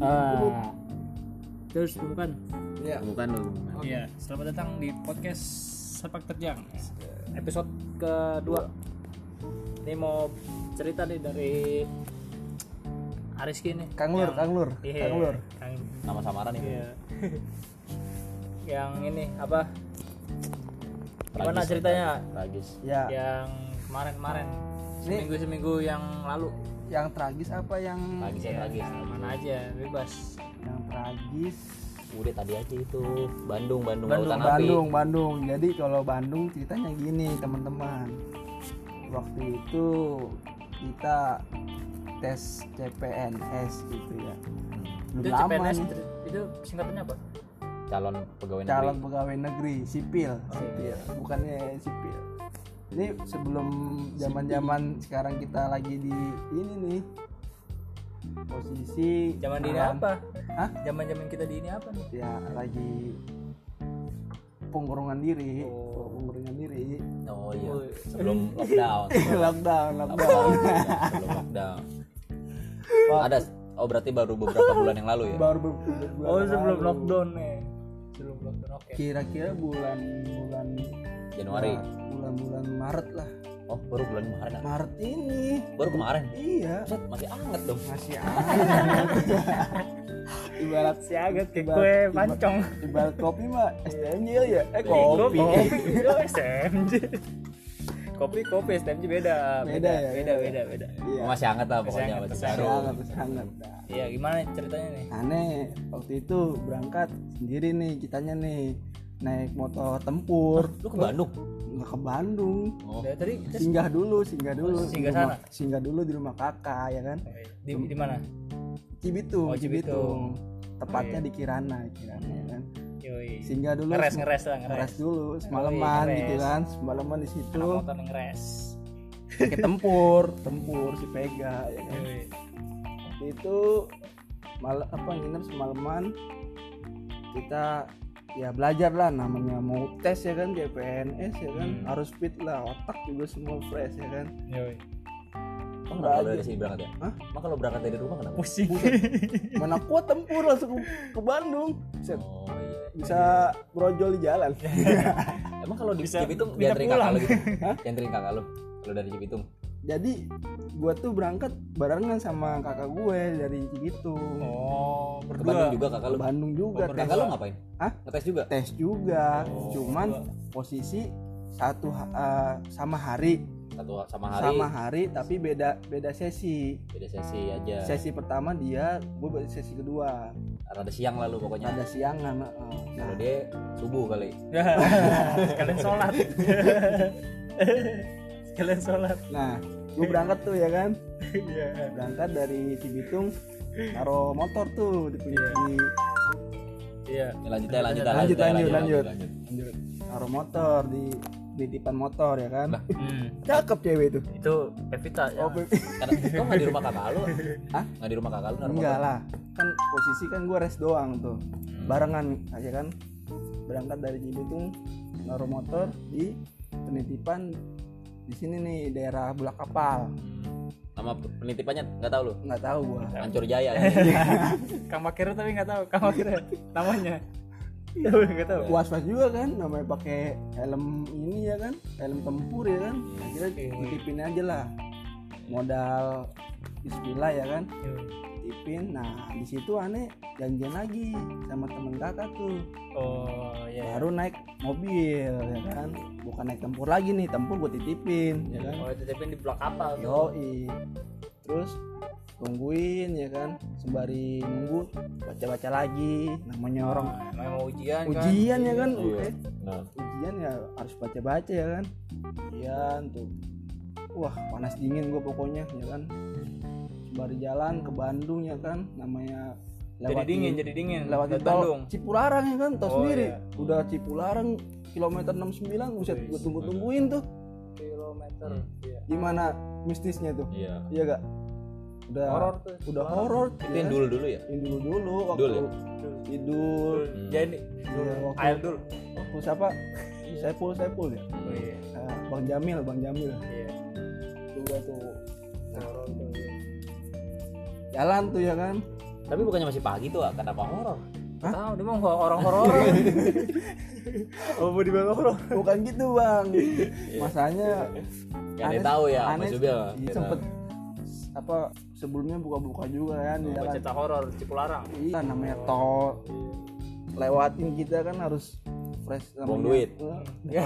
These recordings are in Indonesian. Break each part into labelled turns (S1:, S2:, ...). S1: Ah. Terus bukan?
S2: Iya.
S3: bukan lu bukan.
S1: Iya, selamat datang di podcast Sepak Terjang. Episode kedua. Ini mau cerita nih dari Ariski nih.
S2: Kang Lur,
S1: Yang-
S2: Kang Lur,
S1: Iya,
S2: Kang Lur.
S1: Kang-
S3: nama samaran itu
S1: iya. yang ini apa?
S3: Tragis,
S1: Gimana ceritanya?
S3: tragis
S2: Ya,
S3: Iya.
S1: Yang kemarin-kemarin
S2: Ini-
S1: seminggu-seminggu yang lalu.
S2: yang tragis apa yang
S3: tragis ya
S1: Iya,
S3: tragis
S1: Mana aja, bebas.
S2: yang tragis?
S3: udah tadi aja itu Bandung
S1: Bandung,
S3: Bandung, lautan api
S2: Bandung, Bandung. Jadi kalau Bandung ceritanya gini, teman-teman. Waktu itu kita tes CPNS gitu ya. Belum
S1: Itu
S2: lama
S1: CPNS
S2: nih.
S1: itu singkatannya apa?
S3: calon pegawai
S2: calon
S3: negeri
S2: pegawai negeri
S1: Oh,
S2: sipil
S1: iya.
S2: sipil bukannya sipil ini sebelum zaman zaman sekarang kita lagi di ini nih posisi
S1: Zaman dini
S2: dalam-
S1: apa?
S2: Hah?
S1: Zaman-zaman kita di ini apa nih?
S2: ya lagi pengurungan diri
S1: Oh.
S2: pengurungan diri
S3: oh iya
S1: Woi.
S3: sebelum lockdown
S2: lockdown lockdown
S3: lockdown sebelum lockdown ada oh berarti baru beberapa bulan yang lalu ya
S2: baru ber- ber- bulan
S1: Oh sebelum
S2: lalu.
S1: lockdown nih. Sebelum lockdown oke.
S2: kira-kira bulan bulan
S3: Januari
S2: bulan bulan Maret lah
S3: oh baru bulan kemarin ah.
S2: Maret ini
S3: baru kemarin
S2: iya
S3: Buset, masih anget dong
S2: masih anget ibarat
S1: Siaget kayak
S2: ibarat-
S1: kue
S2: ibarat-
S1: pancong.
S2: ibarat kopi mah STMJ ya eh
S1: Kopi. Oh,
S2: kopi
S1: Itu SMJ. Kopi kopi SMJ beda.
S2: Beda ya,
S1: Beda
S2: iya.
S1: beda beda.
S2: iya
S3: masih anget lah pokoknya
S1: anget,
S3: masih
S1: masih
S3: baru
S2: sangat sangat
S1: Iya gimana ceritanya nih?
S2: aneh waktu itu berangkat sendiri nih kitanya nih naik motor tempur
S3: lu ke Bandung
S2: nggak ke Bandung
S3: oh
S1: Dari tadi kita
S2: singgah dulu singgah dulu di
S1: singgah
S2: rumah- singgah dulu di rumah kakak ya kan
S1: di, di mana?
S2: Cibitung
S1: Oh, Cibitung.
S2: tepatnya di Kirana Kirana ya kan
S1: Yoi.
S2: singgah dulu
S1: Ngeres ngeres lah ngeres.
S2: ngeres dulu semalaman
S1: ngeres.
S2: gitu kan semalaman di situ
S1: Anak motor nih ngeres.
S2: pakai Ya, tempur tempur si pega ya kan.
S1: Yoi.
S2: Waktu itu malam apa nginep semalaman kita ya belajar lah namanya mau tes ya kan CPNS ya kan
S1: Hmm.
S2: harus fit lah otak juga semua fresh ya kan
S1: Yoi.
S3: Emang kenapa lu dari sini berangkat ya?
S2: Hah?
S3: Emang kalau berangkat dari rumah kenapa?
S1: Pusing.
S2: mana kuat tempur langsung ke, ke Bandung Buset,
S3: Oh iya.
S2: bisa brojol di jalan
S3: Emang kalau di
S1: Bisa-
S3: Cibitung
S1: bisa
S3: dianterin
S1: pulang.
S3: kakak lu gitu?
S2: Hah?
S3: Dianterin kakak lu? Lu dari Cibitung?
S2: jadi gua tuh berangkat barengan sama kakak gue dari Cibitung
S1: Oh
S3: Ke
S1: berdua.
S3: Bandung juga kakak
S2: ke
S3: lu?
S2: Bandung juga
S1: Berdua.
S3: Kakak lu ngapain?
S2: Hah?
S3: Ngetes juga?
S2: tes juga
S3: Oh,
S2: cuman
S1: berdua.
S2: posisi satu ha- eh, sama hari,
S3: Satu sama hari,
S2: sama hari tapi beda beda sesi
S3: beda sesi aja.
S2: sesi pertama dia gue sesi kedua
S3: Rada siang lah lu pokoknya.
S2: pada siangan heeh. Nah,
S3: Kalau dia subuh kali.
S1: Ya, kalian sholat kalian sholat
S2: nah gue berangkat tuh ya kan
S1: Iya.
S2: berangkat dari Cibitung taruh motor tuh di, di
S1: iya
S3: Ya, lanjut aja, lanjut aja,
S2: Lanjut,
S3: aja,
S2: lanjut, lanjut.
S3: lanjut.
S2: taruh motor di titipan motor ya kan
S3: Lah.
S2: cakep cewek itu
S1: Hmm, itu Pevita ya
S2: oh, Beb.
S3: Karena kok nggak di rumah kakak lu?
S2: Hah?
S3: Nggak di rumah kakak lu? naruh
S2: enggak lah kan posisi kan gue rest doang tuh barengan aja kan berangkat dari Cibitung naruh motor di penitipan di sini nih daerah Bulak Kapal
S3: motor? Nama penitipannya nggak tahu lu?
S2: nggak tahu gua
S3: Hancur Jaya.
S2: Iya.
S1: Kang Makiru tapi nggak tahu Kang Makiru namanya tahu Iya, nggak tahu
S2: was was juga kan namanya pakai helm ini ya kan helm tempur ya kan akhirnya titipin aja lah modal Bismillah ya kan titipin nah di situ aneh janjian lagi sama temen kakak tuh
S1: oh ya
S2: baru naik mobil ya kan bukan naik tempur lagi nih tempur gue titipin ya kan
S1: oh itu tapi di blok kapal tuh
S2: Yoi. Terus tungguin ya kan sembari nunggu baca-baca lagi namanya orang
S1: Emang mau ujian kan
S2: ujian ya kan
S3: Iya.
S2: oke
S3: Nah,
S2: ujian ya harus baca-baca ya kan ujian tuh wah panas dingin gue pokoknya ya kan sembari jalan ke Bandung ya kan namanya
S1: jadi
S2: lewat
S1: dingin jadi dingin
S3: Hmm,
S2: lewat
S1: Lewat
S2: tol
S1: Bandung
S2: Cipularang ya kan tau
S1: Oh,
S2: sendiri
S1: iya.
S2: udah Cipularang kilometer 69 buset
S1: Wih.
S2: gue tunggu-tungguin tuh
S1: kilometer iya
S2: gimana mistisnya tuh
S3: iya.
S2: iya gak udah
S1: horor tuh
S2: udah horor
S3: Itu yang dulu dulu ya?
S2: dulu dulu waktu
S3: Dul ya?
S2: idul
S3: Hmm.
S1: jadi
S2: Iya, waktu,
S1: air dulu
S2: waktu siapa Saiful Saiful ya
S1: oh iya
S2: Nah, Bang Jamil Bang Jamil
S1: iya
S2: juga tuh
S1: horor tuh iya.
S2: jalan tuh ya kan
S3: Tapi bukannya masih pagi tuh, ah. kenapa horor?
S1: Tahu dia mau horor-horor.
S2: Oh mau dibawa bro? Bukan gitu bang. Masanya
S3: Gak ada yang tahu ya, Mas
S2: aneh
S3: Jubil.
S2: iya, sempet apa sebelumnya buka-buka juga kan di jalan.
S1: Cerita horor Cipularang.
S2: Iya namanya tol lewatin kita kan harus fresh
S3: Buang
S2: namanya.
S3: duit.
S2: Ya.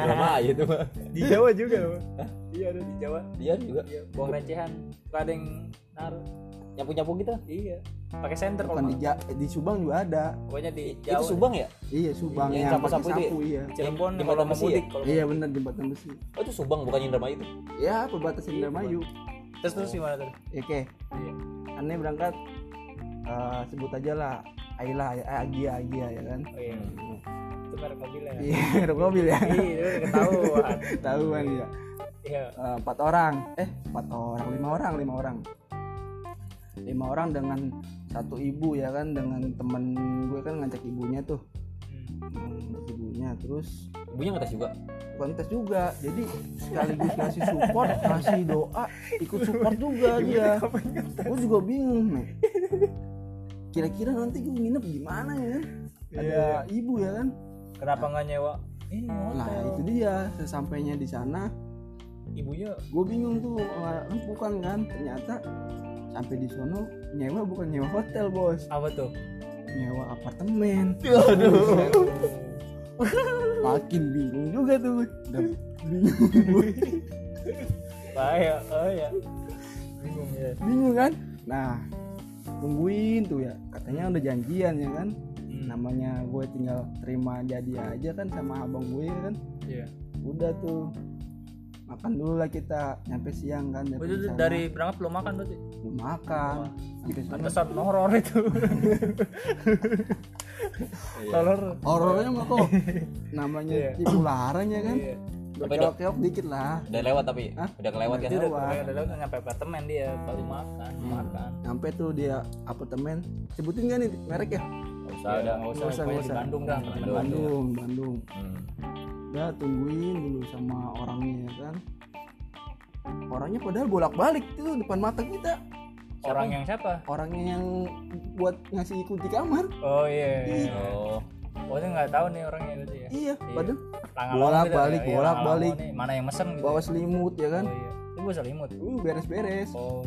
S3: Lama aja tuh. Bang.
S4: di Jawa juga Bang. iya ada di Jawa
S3: Dia juga
S2: Iya.
S1: Buang recehan. Suka ada yang naruh.
S3: nyapu-nyapu gitu.
S1: Iya. Pakai senter
S2: Bukan
S1: kalau
S2: di,
S1: nggak.
S2: Ja- eh, di Subang juga ada.
S1: pokoknya di
S3: Itu
S1: Jawa.
S3: Subang ya?
S2: Iya Subang
S3: Yang
S2: yang pakai
S3: sapu-sapu itu ya?
S2: sapu iya.
S1: Cirebon
S3: Jembatan
S1: kalau mau
S3: besi ya?
S1: mudik kalau
S2: Iya benar jembatan besi.
S3: Oh itu Subang bukan Indramayu itu.
S2: Ya perbatasan Indramayu. Ya,
S1: terus terus gimana tuh?
S2: Oke.
S1: Iya.
S2: Aneh berangkat eh, sebut aja lah Aila, eh, Agia, Agia ya kan.
S1: Oh, iya. Itu merek mobilnya.
S2: Iya, ada mobil ya.
S1: Iya, itu udah ketahuan.
S2: Tahu kan ya.
S1: Iya.
S2: Eh, empat orang eh empat orang lima orang lima orang lima orang dengan satu ibu ya kan dengan temen gue kan ngajak ibunya tuh
S1: Hmm.
S2: ngajak ibunya terus
S3: Ibunya ngetes juga.
S2: kontes juga jadi sekaligus ngasih support ngasih doa ikut support juga dia gue juga bingung nih kira-kira nanti gue nginep gimana ya kan? ada ibu ya kan
S1: Kenapa nggak nyewa? Ini
S2: nah
S1: hotel.
S2: itu dia sesampainya di sana
S1: Ibunya
S2: gue bingung tuh eh, bukan kan ternyata sampai di sono nyewa bukan nyewa hotel bos
S1: apa tuh?
S2: nyewa apartemen makin bingung juga tuh udah bingung gue.
S1: Bahaya, oh ya. Bingung ya.
S2: bingung kan nah tungguin tuh ya katanya udah janjian ya kan
S1: Hmm.
S2: namanya gue tinggal terima jadi aja kan sama abang gue ya kan
S1: Iya.
S2: udah tuh makan dulu lah kita nyampe siang kan nyampe
S1: Oh, Itu
S2: di sana.
S1: dari Oh, berangkat belum makan berarti?
S2: Belum makan Gitu Sampai sono
S1: Pantesan horor itu. Iya. Horor.
S2: horornya mah kok namanya
S1: Iya.
S2: tipu larang ya kan
S1: Iya.
S2: berkeok-keok dikit lah
S3: Udah lewat tapi.
S2: Hah?
S3: Udah kelewat kan.
S2: Udah
S1: Udah,
S2: Wah.
S1: udah, udah, udah, nyampe apartemen dia
S2: Hmm.
S1: baru makan, makan.
S2: sampai tuh dia apartemen sebutin gak nih merek ya
S1: Ya,
S3: Nggak usah ada.
S1: udah
S2: Nggak
S1: nggak usah,
S2: usah,
S1: pokoknya
S2: nggak
S1: di
S2: usah.
S1: Bandung dah.
S3: Bandung.
S2: Bandung Bandung
S3: Hmm.
S2: udah tungguin dulu sama orangnya ya kan orangnya padahal bolak-balik tuh depan mata kita
S1: Orang yang siapa?
S2: orangnya yang buat ngasih kunci kamar
S1: Oh iya. iya.
S3: Oh.
S1: Oh dia nggak tahu nih orangnya tadi ya.
S2: iya padahal
S1: Iya, Tangan
S2: Bolak-balik, bolak-balik.
S1: Mana yang mesen gitu?
S2: bawa
S1: ya?
S2: selimut ya kan
S1: Oh iya. Itu gue selimut.
S2: uh beres-beres
S1: Oh.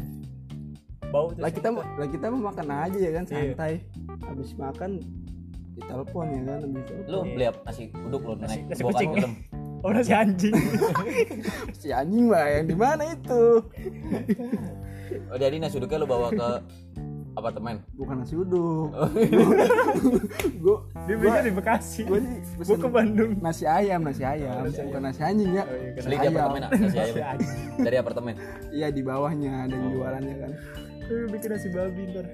S1: Bau tuh.
S2: lah kita
S1: selimut.
S2: lah kita mau makan aja ya kan
S1: Iya.
S2: santai habis makan ditelepon ya kan habis telepon
S3: Lu beli apa? nasi uduk lu
S1: Nasi-
S3: naik
S1: nasi
S3: bawa
S1: kucing.
S3: film.
S1: Oh udah si anjing.
S2: si anjing mah yang di mana itu
S3: Oh jadi nasi uduknya lu bawa ke apartemen.
S2: bukan nasi uduk
S3: Oh.
S2: gue
S4: dia belinya di Bekasi
S2: gue sih
S4: gue
S2: pesen
S4: ke Bandung
S2: nasi ayam nasi ayam bukan nasi anjing
S1: Oh,
S2: ya
S1: iya,
S3: Beli di apartemen ah, nasi ayam. Dari apartemen.
S2: iya di bawahnya ada yang jualannya kan
S4: Eh, bikin nasi babi ntar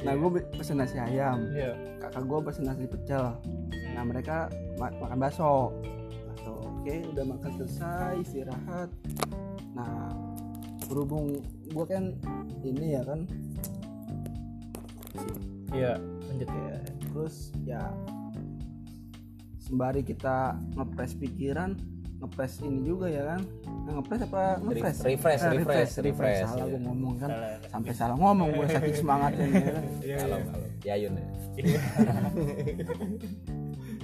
S2: nah gue pesen nasi ayam
S1: Iya.
S2: kakak gue pesen nasi pecel nah mereka ma- makan bakso bakso oke udah makan selesai istirahat nah berhubung gue kan ini ya kan
S1: Iya. Lanjut.
S2: Ya, terus ya sembari kita ngepres pikiran ngepres ini juga ya kan nah, ngepres apa ngepres
S3: Re-
S2: Eh,
S3: refresh, refresh,
S2: refresh, refresh.
S3: refresh,
S2: salah
S3: iya.
S2: gue ngomong kan
S1: Salah.
S2: sampai salah ngomong gue sakit semangatnya nih, ya kan.
S1: iya.
S3: Kalau kalau Yayun ya.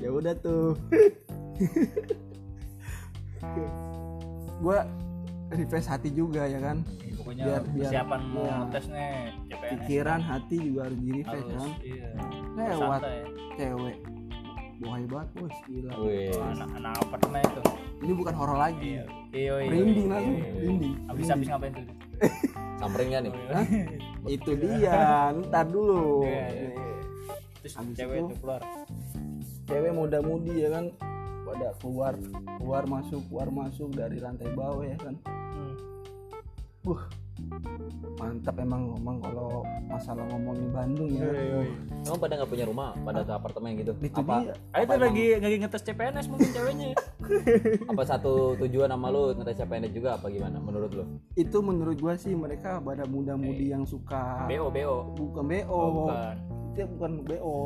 S2: ya udah tuh gue refresh hati juga ya kan
S1: Iya, Pokoknya
S2: Biar- biar-
S1: persiapan
S2: iya.
S1: mau tes nih. CPNS.
S2: pikiran hati juga harus di refresh
S1: Harus.
S2: kan
S1: Iya.
S2: lewat
S1: Santai.
S2: cewek bohai banget bos gila
S3: Wih.
S1: Oh, Anak-anak apartemen itu.
S2: ini bukan horor lagi
S1: Iya. iya,
S2: merinding
S1: iya.
S2: langsung merinding
S1: Habis habis ngapain tuh?
S3: Samperin nggak nih?
S2: itu dia ntar dulu
S1: Iya, iya. Terus
S2: Habis
S1: cewek
S2: itu- Iya,
S1: itu keluar.
S2: cewek muda-mudi ya kan pada keluar keluar masuk keluar masuk dari lantai bawah ya kan
S1: Hmm.
S2: uh mantap emang ngomong kalau masalah ngomongin Bandung ya
S1: Iya,
S2: kan?
S3: Emang pada nggak punya rumah, pada ke apartemen gitu.
S2: itu
S3: apa
S2: dia
S1: Ah itu lagi lagi ngetes CPNS mungkin ceweknya.
S3: apa satu tujuan sama lu ngetes CPNS juga apa gimana menurut lu?
S2: itu menurut gua sih mereka pada muda-mudi yang suka
S1: BO BO.
S2: bukan BO
S1: Iya. Oh, bukan.
S2: itu bukan BO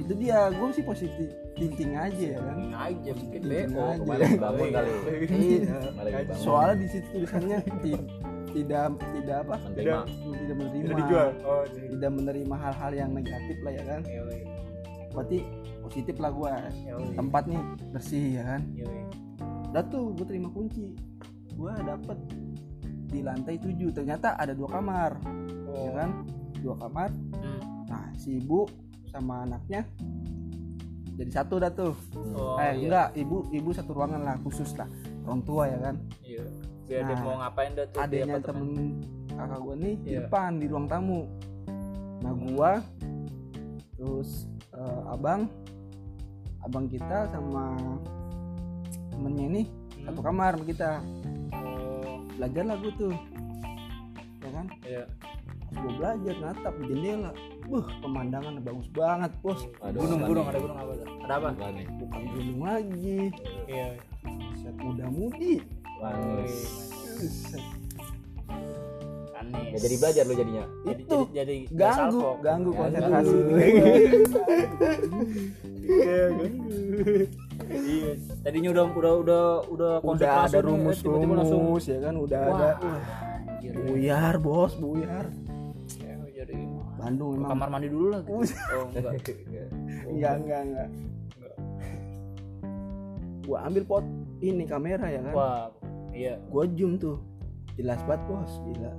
S2: itu dia gue sih positif thinking aja ya kan
S1: aja mungkin
S2: Thinking
S1: BO.
S2: aja.
S3: Kemarin bangun Oh, kali.
S2: Iya.
S3: Kemarin bangun.
S2: soalnya di situ tulisannya ti- tidak tidak apa
S3: menerima
S2: tidak menerima
S4: Tidak dijual. Oh,
S1: iya,
S4: jadi.
S2: tidak menerima hal-hal yang negatif lah ya kan
S1: Yoi,
S2: berarti positif lah gua
S1: yoi,
S2: tempat nih bersih ya kan
S1: yoi.
S2: udah tuh gua terima kunci gua dapet di lantai 7 ternyata ada dua kamar ya kan dua kamar
S1: Hmm.
S2: nah si ibu sama anaknya jadi satu dah tuh
S3: Hmm,
S1: Oh,
S2: eh
S1: iya.
S2: enggak ibu ibu satu ruangan lah khusus lah orang tua ya kan
S1: Iya. Dia ada
S2: Nah,
S1: mau ngapain dah tuh di
S2: adanya
S1: apartemen.
S2: temen kakak gue nih di
S1: Iya.
S2: depan di ruang tamu nah gua terus eh, abang abang kita sama temennya ini
S1: Hmm.
S2: satu kamar sama kita
S1: Oh,
S2: belajar lah gua tuh ya kan
S1: iya.
S2: Pas gua belajar natap di jendela Buh, pemandangan bagus banget bos
S3: Aduh,
S1: Gunung,
S3: apaan
S1: gunung,
S3: nih?
S1: ada gunung apa? tuh? Ada apa?
S3: Apaan nih?
S2: bukan gunung lagi
S1: Iya.
S2: set muda mudi
S3: Manis.
S1: Anis.
S3: Nggak jadi belajar lo jadinya.
S1: Jadi-
S2: itu
S1: jadi- jadi
S2: ganggu
S1: salvo.
S2: ganggu
S3: Ganggu.
S2: konsentrasi
S4: Iya, kan?
S1: Iya. Tadinya udah udah udah udah
S2: udah ada
S1: konsentrasi nih,
S2: rumus
S1: eh, tiba-tiba langsung
S2: rumus ya kan udah
S1: Wah,
S2: ada
S1: anjir.
S2: buyar bos buyar
S1: Ya, jadi
S2: Bandung
S1: ke
S2: emang
S1: kamar mandi dulu lah.
S2: Us,
S1: Oh, enggak.
S2: enggak enggak enggak gua ambil pot ini kamera ya kan
S1: Wah, iya.
S2: gua zoom tuh jelas banget bos gila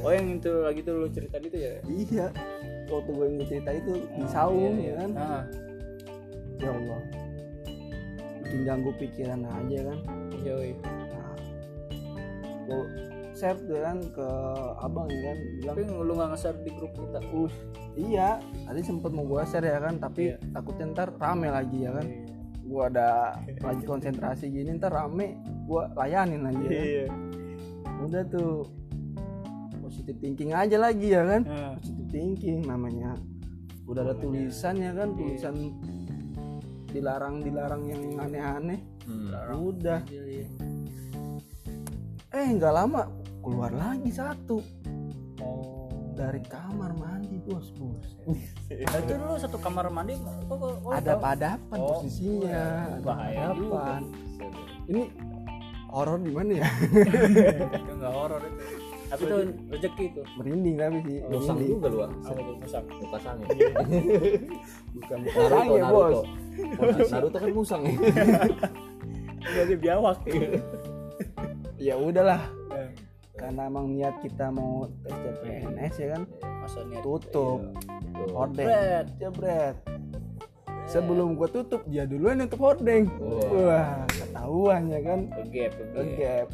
S1: Oh, Oh, yang itu lagi tuh lu cerita gitu ya?
S2: iya waktu gue yang cerita itu
S1: Oh,
S2: di saung ya
S3: iya,
S2: kan
S1: Nah,
S2: ya Allah bikin ganggu pikiran aja kan
S1: jauh.
S2: nah, gua share tuh kan ke abang ya kan bilang
S1: Tapi lu nggak nge-share di grup kita.
S2: Uh, iya, tadi sempet mau gua share ya kan, tapi
S1: Iya.
S2: takutnya ntar rame lagi ya kan. Gua ada lagi konsentrasi gini ntar rame, gua layanin lagi. Ya kan?
S4: Iya.
S2: Udah tuh positive thinking aja lagi ya kan.
S4: Nah,
S2: Positive thinking namanya. Udah ada tulisan ya kan, tulisan dilarang-dilarang yang aneh-aneh.
S3: Hmm.
S2: Udah. Eh, nggak lama keluar lagi satu
S1: Oh.
S2: dari kamar mandi bos bos
S1: Nah, Itu lu satu kamar mandi kok kok-
S2: ada
S1: kok-
S2: padapan
S1: Oh,
S2: posisinya ada
S1: bahaya juga.
S2: padapan. ini horor di mana ya
S1: itu enggak horor itu. Tapi itu rezeki itu.
S2: merinding tapi sih
S3: Musang
S2: merinding.
S3: juga lu ah.
S1: Apa tuh musang?
S3: Musang ya.
S2: bukan bukan
S3: Naruto,
S2: ya bos
S3: Naruto. Naruto kan musang ya.
S1: Jadi Iya, biawak. Iya.
S2: ya udahlah karena emang niat kita mau tes CPNS ya kan
S1: Masa niat
S2: tutup
S1: Iya,
S2: hordeng
S1: Bread.
S2: jebret sebelum gua tutup dia duluan nutup hordeng
S1: Iya.
S2: wah ketahuan ya kan
S1: Kegep, kegep.
S2: kegap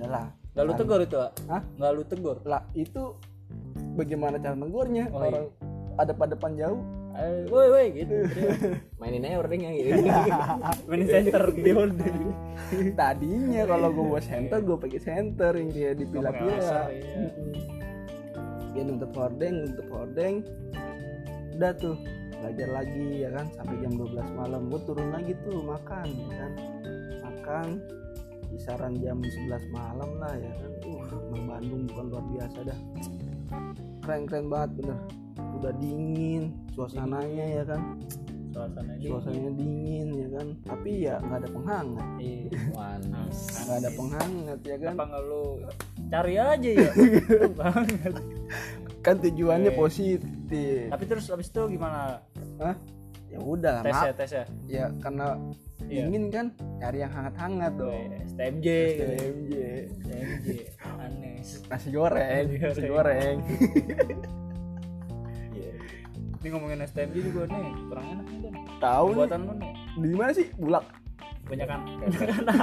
S2: adalah
S1: Enggak lu tegur itu, ah?
S2: Hah?
S1: Enggak lu tegur.
S2: lah itu bagaimana cara negurnya
S1: Oh, iya.
S2: orang ada pada depan jauh
S1: Eh, Woi, woi gitu.
S3: Mainin aja ordengnya gitu.
S1: Mini center di order.
S2: tadinya kalau gue buat center gue pakai center yang dia dipila-pila
S1: iya.
S2: dia nuntut hordeng nuntut hordeng udah tuh belajar lagi ya kan sampai jam 12 malam gue turun lagi tuh makan ya kan makan kisaran jam 11 malam lah ya kan uh emang Bandung bukan luar biasa dah keren keren banget bener udah dingin suasananya ya kan
S1: Suasana ini.
S2: suasananya dingin ya kan tapi ya nggak ada penghangat
S1: Iya.
S3: Manis.
S2: nggak ada penghangat ya kan
S1: Apa enggak lu cari aja ya? Tuh banget.
S2: kan tujuannya
S1: Oke.
S2: positif
S1: Tapi terus abis itu gimana?
S2: Hah? ya udah lah
S1: Tes
S2: maaf
S1: ya, tes ya.
S2: ya karena
S1: Iya.
S2: dingin kan cari yang hangat-hangat dong
S1: Woi, STMJ gitu.
S2: STMJ
S1: STMJ. Aneh.
S2: nasi goreng
S1: Nasi
S2: nasi
S1: goreng.
S2: goreng
S3: Iya.
S1: Ini ngomongin STMJ juga nih, kurang enak nih Dan.
S2: tahu nih
S1: Buatan lu nih,
S2: di mana sih bulak
S1: kebanyakan. Kan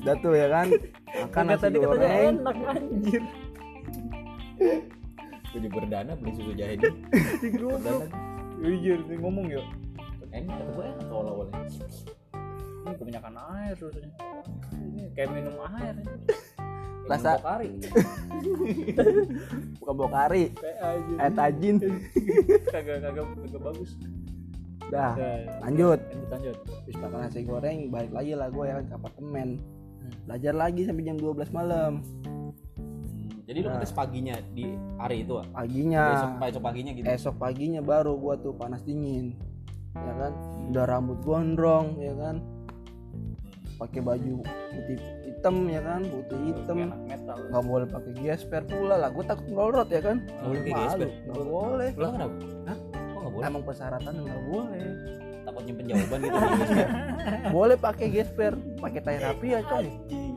S2: udah tuh ya kan makan
S1: Karena
S2: nasi
S1: tadi katanya
S2: goreng
S1: enak anjir.
S3: Gue juga berdana beli susu jahe di. Berdana.
S1: Anjir, ini ngomong ya.
S3: Enak kata gue enak awal awalnya.
S1: Ini kebanyakan air rasanya. Ini kayak minum air. ini. Kayak
S2: Rasa-
S1: minum Bokari.
S2: bukan bokari
S1: Kayak aja.
S2: eh tajin
S1: Kagak kagak kagak bagus.
S2: dah
S1: Nah,
S2: Ah, lanjut
S1: lanjut lanjut.
S2: habis makan nasi goreng balik lagi lah gue ya kan ke apartemen
S1: Hmm.
S2: belajar lagi sampai jam 12 malam
S3: Hmm, Jadi lu ngetes paginya di hari itu ah. Besok
S2: paginya
S3: besok paginya gitu.
S2: esok paginya baru gua tuh panas dingin ya kan udah rambut gondrong ya kan pakai baju putih hitam ya kan putih hitam Oh,
S1: Kayak anak metal
S2: nggak boleh pakai gesper pula lah gue takut ngelorot ya kan
S3: Nggak boleh pakai
S2: Malu.
S3: gesper?
S2: nggak boleh
S3: Lah kenapa? Hah? Kok nggak boleh?
S2: emang persyaratan nggak boleh
S3: Takut nyimpen jawaban gitu. di gesper.
S2: boleh pakai gesper pakai terapi ya coy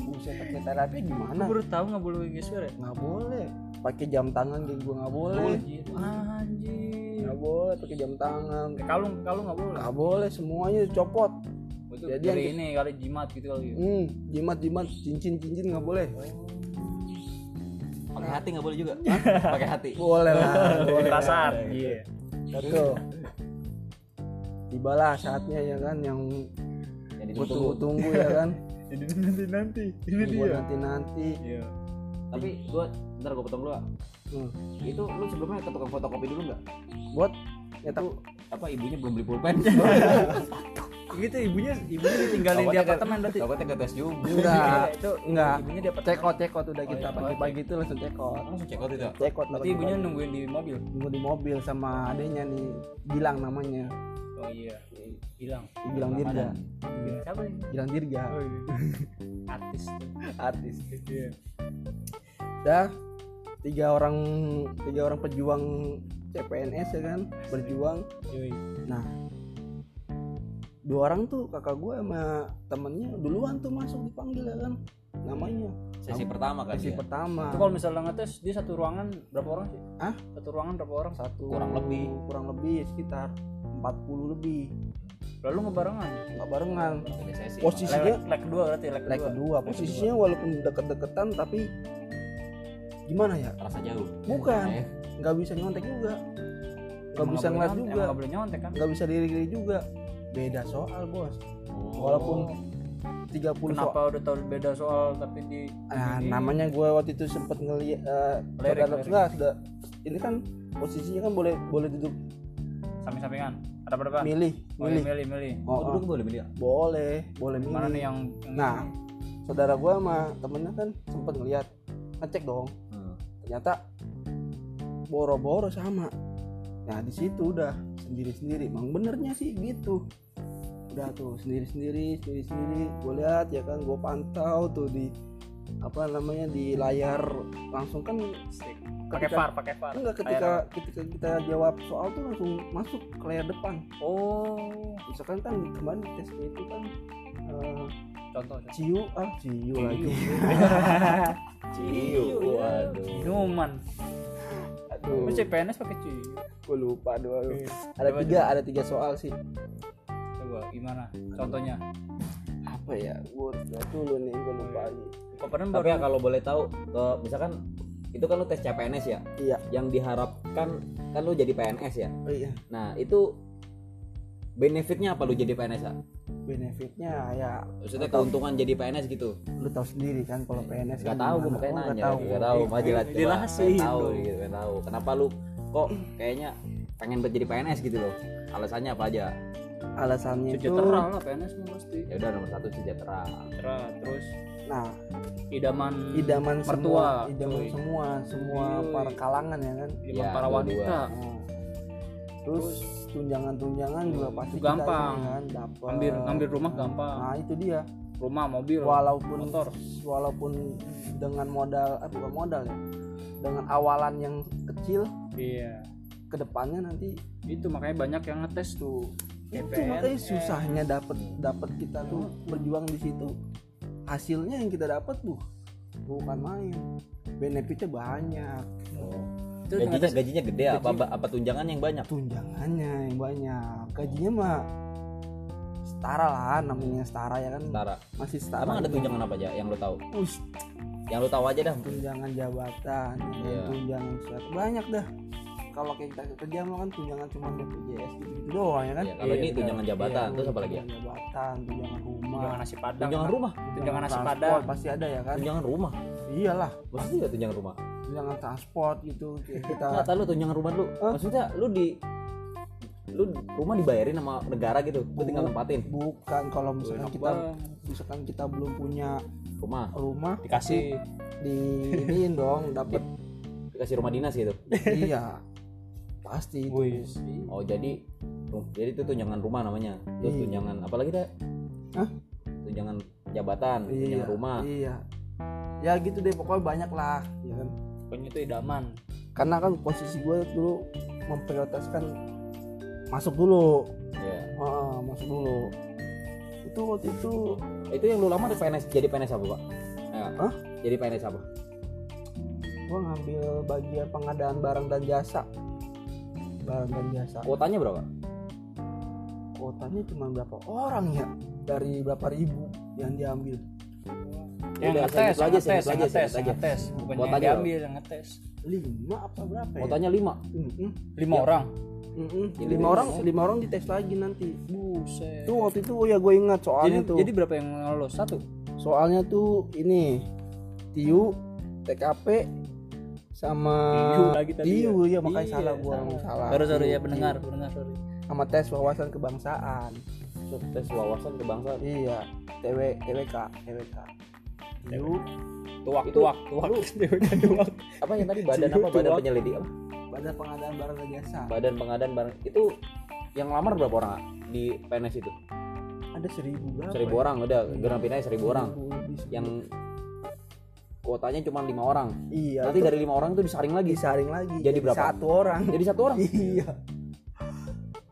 S2: buset pakai terapi gimana
S1: Gue baru tahu nggak boleh pakai gesper ya
S2: nggak boleh pakai jam tangan juga gue nggak boleh
S1: Anjir. Anjir.
S2: nggak boleh pakai jam tangan
S1: Kalung kalung nggak boleh.
S2: nggak boleh semuanya copot
S1: Itu
S2: Jadi
S1: dari
S2: yang-
S1: ini kali jimat gitu kali.
S2: hmm jimat jimat cincin cincin nggak boleh
S3: Pakai hati nggak boleh juga. Pakai hati.
S2: boleh lah boleh
S1: Kasar. Iya.
S2: satu tibalah saatnya ya kan yang
S3: Yang
S2: gue
S3: ditunggu.
S2: tunggu-tunggu ya kan
S4: Jadi nanti nanti. Ini
S2: yang gue
S4: dia.
S2: nanti-nanti
S4: Iya.
S3: Tapi gua ntar gua potong dulu. ah.
S2: hmm.
S3: Itu lu sebelumnya ke tukang fotokopi dulu nggak?
S2: buat ya nyetak
S3: Apa ibunya belum beli pulpen?
S1: Gitu ibunya ibunya ditinggalin di
S3: Takutnya ke-
S1: apartemen berarti.
S3: Takutnya ke tes juga.
S2: enggak
S1: Itu
S2: enggak
S1: ibunya di apartemen.
S2: cekot cekot udah kita
S1: iya,
S2: pagi-pagi itu langsung cekot
S3: Langsung cekot itu.
S2: cekot
S1: Berarti ibunya nungguin di mobil.
S2: nunggu di mobil sama adenya nih bilang namanya
S1: Oh iya. Hilang.
S2: bilang dirga
S3: Ramadan.
S2: Iya.
S1: Siapa nih?
S2: bilang dirga
S4: Oh, iya.
S1: Artis.
S2: artis
S4: Iya.
S2: dah tiga orang tiga orang pejuang CPNS ya kan berjuang
S1: Yoi.
S2: Nah, dua orang tuh kakak gue sama temennya duluan tuh masuk dipanggil ya kan namanya
S3: Sesi pertama kan
S2: sesi
S3: ya?
S2: pertama
S1: Itu kalau misalnya ngetes dia satu ruangan berapa orang sih?
S2: Hah?
S1: Satu ruangan berapa orang?
S2: satu
S3: kurang lebih.
S2: kurang lebih sekitar 40 lebih
S1: Lalu ngebarengan.
S2: nggak barengan
S3: Beda sesi.
S2: Posisi-
S1: Leg, leg kedua berarti leg
S2: leg
S1: kedua.
S2: kedua posisinya walaupun deket-deketan tapi gimana ya
S3: Makanya Rasa jauh.
S2: Bukan.
S3: Eh,
S2: nggak bisa nyontek juga nggak
S1: Emang
S2: bisa
S1: boleh
S2: ngeliat
S1: nyontek-
S2: juga
S1: Emang nggak boleh nyontek kan?
S2: nggak bisa diri-diri juga beda soal bos
S3: oh.
S2: walaupun 30 soal
S1: Kenapa udah tahu beda soal tapi di
S2: Nah,
S1: di-
S2: namanya gue waktu itu sempet ngeliat eh
S1: Lirik,
S2: saudara
S1: lirik.
S2: enggak, sudah ini kan posisinya kan boleh boleh duduk
S1: samping-sampingan? Ada berapa?
S2: milih
S1: Oh, iya,
S2: milih
S1: milih, milih.
S2: oh,
S3: Oh,
S2: oh,
S3: duduk boleh beli ya?
S2: boleh boleh milih
S1: Mana nih yang, yang
S2: nah saudara gue sama temennya kan sempet ngeliat ngecek dong
S3: Hmm.
S2: ternyata boro-boro sama nah di situ udah sendiri-sendiri emang benernya sih gitu udah tuh sendiri-sendiri sendiri-sendiri gue lihat ya kan gue pantau tuh di apa namanya di layar langsung kan
S1: stick? pakai
S2: ketika-
S1: far, pakai far.
S2: Enggak ketika ketika kita jawab soal tuh langsung masuk ke layar depan.
S1: Oh,
S2: Misalkan kan kemarin di tesnya itu kan eh,
S1: contoh.
S2: ciu ah ciu lagi.
S3: Ciu, waduh.
S1: Minuman.
S2: Aduh,
S1: Lu CPNS pakai cuy.
S2: gue lupa doa.
S1: Iya.
S2: Ada
S1: Coba,
S2: tiga ada tiga soal sih.
S1: Coba gimana? Contohnya.
S2: Apa ya? Gue dulu nih gue lupa lagi.
S1: Kemarin
S3: Tapi
S1: baru
S3: ya kalau boleh tahu, eh, misalkan itu kan lu tes CPNS ya,
S2: Iya.
S3: yang diharapkan kan lu jadi PNS ya.
S2: Oh iya,
S3: Nah itu benefitnya apa lu jadi PNS ya?
S2: benefitnya ya
S3: Maksudnya keuntungan jadi PNS gitu?
S2: lu tahu sendiri kan kalau PNS
S3: Gak
S2: kan
S3: Iya, tahu gue
S2: gimana. Oh,
S3: makanya
S2: nggak
S3: nanya.
S2: tahu.
S3: Gak tahu,
S2: Eh,
S3: mau jelas coba.
S1: jelasin
S3: Pengen tahu
S1: dong.
S3: gitu, pengen tahu. Kenapa lu kok kayaknya pengen buat jadi PNS gitu loh? Alasannya apa aja?
S2: Alasannya itu
S1: sejahtera lah PNS mah pasti.
S3: Ya udah nomor satu sejahtera.
S1: Sejahtera terus
S2: nah
S1: idaman
S2: idaman semua
S1: Mertua,
S2: idaman
S1: cuy.
S2: semua semua
S1: Yoi.
S2: para kalangan ya kan
S1: idaman
S3: Ya,
S1: para
S3: dua-dua.
S1: wanita.
S2: Nah, terus tunjangan-tunjangan juga pasti kita
S1: Hmm, gampang.
S2: ini kan dapet.
S1: Ngambil ngambil rumah gampang.
S2: Nah, itu dia.
S1: Rumah, mobil,
S2: Walaupun
S1: motor.
S2: walaupun dengan modal eh bukan modal ya. Dengan awalan yang kecil
S1: Iya.
S2: ke depannya nanti ya
S1: Itu makanya banyak yang ngetes tuh.
S2: itu
S1: eh.
S2: makanya susahnya dapat dapat kita tuh berjuang di situ. Hasilnya yang kita dapat tuh bukan main. Benefitnya banyak.
S1: Itu
S3: Gajinya
S1: ngetes
S3: gajinya gede apa apa tunjangan yang banyak?
S2: Tunjangannya yang banyak. Gajinya mah setara lah namanya setara ya kan
S3: Setara.
S2: masih setara
S3: Emang ada tunjangan apa aja yang lu tahu?
S2: Us,
S3: Yang lu tahu aja dah.
S2: tunjangan jabatan,
S3: Iya.
S2: tunjangan suatu banyak dah. Kalau kayak kita kerja mah kan tunjangan cuma BPJS gitu, gitu doang ya kan.
S3: Ya, kalau ini tunjangan jabatan, terus apa lagi ya?
S2: Tunjangan Jabatan, tunjangan rumah,
S1: tunjangan nasi padang.
S3: Tunjangan rumah.
S1: tunjangan nasi
S2: transport
S1: padang.
S2: pasti ada ya kan.
S3: Tunjangan rumah.
S2: Iyalah,
S3: Maksudnya juga tunjangan rumah.
S2: tunjangan transport gitu kayak kita.
S3: Nggak tahu lu tunjangan rumah lu. Maksudnya lu di lu rumah dibayarin sama negara gitu. Lu tinggal
S2: Oh.
S3: nempatin
S2: Bukan kalau misalkan
S1: Enak
S2: kita
S1: banget.
S2: misalkan kita belum punya
S3: rumah.
S2: rumah
S1: dikasih
S2: di iniin dong dapat
S3: Dikasih rumah dinas gitu.
S2: iya pasti itu.
S1: Wih,
S3: Oh, jadi jadi itu tunjangan rumah namanya. Terus
S2: Hmm. Iya.
S3: tunjangan apalagi dah?
S2: Hah?
S3: Tunjangan jabatan punya
S2: iya,
S3: rumah
S2: iya ya gitu deh pokoknya banyak lah ya kan
S1: pokoknya itu idaman
S2: karena kan posisi gue dulu memprioritaskan masuk dulu
S3: Iya.
S2: Heeh, masuk dulu itu waktu itu
S3: itu yang lu lama di PNS jadi PNS apa pak ya.
S2: Hah?
S3: jadi PNS apa
S2: gue ngambil bagian pengadaan barang dan jasa barang dan jasa
S3: kuotanya berapa
S2: Iya. kuotanya cuma berapa orang ya dari berapa ribu yang diambil
S1: yang Ya,
S3: Udah,
S1: ngetes
S3: segitu
S1: yang
S3: aja,
S1: ngetes
S3: segitu
S1: yang ngetes yang
S3: aja, segitu aja.
S1: ngetes bukan yang
S3: Buat aja,
S1: diambil yang ngetes
S2: lima apa berapa ya?
S3: kuotanya lima
S2: Mm-mm,
S1: lima orang
S2: mm-mm.
S3: Jadi
S2: lima
S3: lima
S2: orang
S3: orang.
S2: lima orang dites lagi nanti
S1: buset
S2: itu waktu itu oh ya gue ingat
S1: jadi
S2: soalnya tuh
S1: jadi berapa yang lolos satu
S2: soalnya tuh ini Tiu TKP sama
S1: Tiu Iya, lagi tadi
S2: Tiu, ya makanya
S1: Ah, Iya,
S2: salah gua ngomong salah
S1: harus harus ya
S2: Tiu,
S1: pendengar
S2: Tiu.
S1: pendengar sorry
S2: sama tes wawasan kebangsaan
S3: tes wawasan kebangsaan
S2: iya TW TWK TWK Tiu
S1: tuak
S3: Itu-
S1: tuak tuak tuak
S3: apa yang tadi badan apa badan penyelidik apa?
S2: pada pengadaan barang dan jasa
S3: badan pengadaan barang itu yang lamar berapa orang Kak, di PNS itu
S2: ada seribu berapa
S3: seribu
S2: ya?
S3: orang udah gerang pindah seribu orang
S2: Seribu lebih, seribu.
S3: yang kuotanya cuma lima orang
S2: iya
S3: nanti
S2: itu
S3: dari lima orang itu disaring lagi
S2: disaring lagi
S3: Jadi berapa?
S2: satu orang
S3: jadi satu orang
S2: iya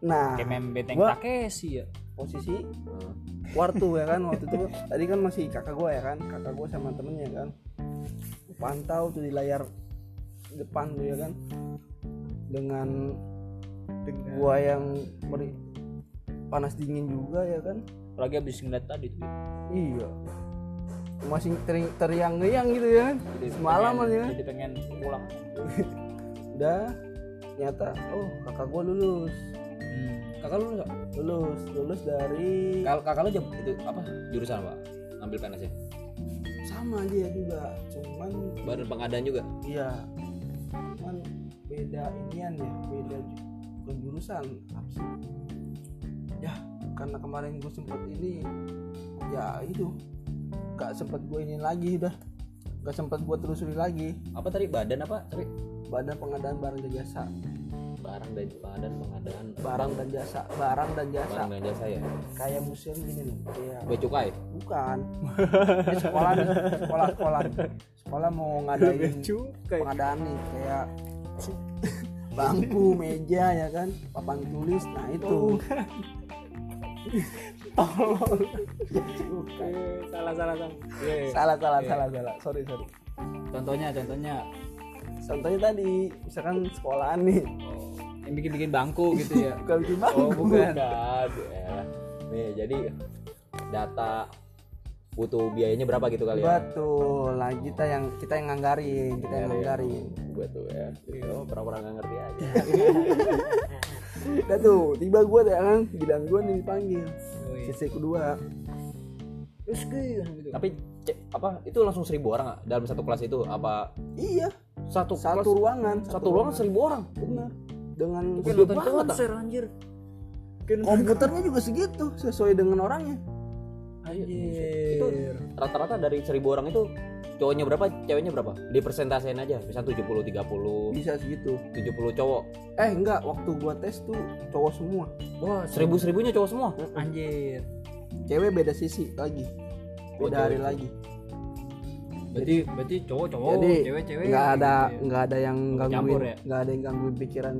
S2: nah
S1: kayak mem beteng
S2: Gua-
S1: Takeshi ya
S2: posisi
S3: Nah.
S2: wartu ya kan waktu itu tadi kan masih kakak gue ya kan kakak gue sama temennya kan Gua pantau tuh di layar depan tuh ya kan dengan gua
S1: Ya.
S2: yang beri panas dingin juga ya kan
S1: apalagi habis ngeliat tadi tuh
S2: iya masih teri teriang-riang gitu ya kan
S1: Jadi
S2: semalaman
S1: pengen-
S2: ya
S1: jadi pengen pulang
S2: udah ternyata oh kakak gue lulus
S1: hmm.
S3: kakak lu nggak?
S2: lulus lulus dari
S3: Kak- kakak lu jam itu apa jurusan apa ambil PNS ya
S2: sama dia juga cuman
S3: badan pengadaan juga
S2: Iya. Cuman beda inian ya, beda ju- bukan jurusan, apa sih? Ya, karena kemarin gue sempet ini ya itu gak sempet gue ini lagi udah gak sempet gue telusuri lagi
S3: apa tadi badan apa tadi
S2: badan pengadaan barang dan jasa
S3: barang dan badan pengadaan
S2: barang dan jasa barang dan jasa
S3: barang dan jasa ya
S2: kayak museum gini nih iya
S3: bea cukai
S2: bukan Ini sekolah nih, sekolah sekolah sekolah mau ngadain pengadaan nih
S1: gitu.
S2: kayak bangku meja ya kan papan tulis nah itu Bukan.
S1: Iya, salah salah salah Iya,
S2: salah salah salah salah sorry sorry
S1: contohnya contohnya
S2: contohnya tadi misalkan sekolahan nih
S1: yang bikin bikin bangku gitu ya
S2: bukan bikin bangku
S3: Oh, Bukan, ya. Nih, jadi data butuh biayanya berapa gitu kali ya?
S2: betul lah kita yang kita yang nganggarin
S1: Iya,
S2: kita yang nganggarin
S3: Betul ya. Oh, pernah-pernah nggak ngerti aja.
S2: udah tuh tiba gue ya kan bilang gue nih dipanggil
S1: Yoi.
S2: sisi kedua
S1: Iya. terus gitu
S3: Tapi ce- apa itu langsung seribu orang nggak dalam satu kelas itu apa
S2: iya
S3: satu kelas
S2: satu ruangan
S3: satu ruang seribu orang
S2: benar dengan
S3: Gede
S1: nonton
S3: banget,
S1: konser anjir
S2: komputernya juga segitu sesuai dengan orangnya
S3: itu rata-rata dari seribu orang itu cowoknya berapa ceweknya berapa di persentasein aja misal 70 30
S2: bisa segitu
S3: 70 cowok
S2: eh enggak waktu gua tes tuh cowok semua
S1: wah
S3: seribu seribunya cowok semua
S2: Hmm.
S1: anjir
S2: cewek beda sisi lagi
S3: Oh,
S2: beda hari
S3: cewek.
S2: lagi
S1: berarti berarti Iya. cowok
S3: Oh,
S1: cowok
S2: jadi
S1: cewek cewek
S2: nggak ada nggak ada yang
S1: campur
S2: gangguin
S1: ya?
S2: nggak ada yang gangguin pikiran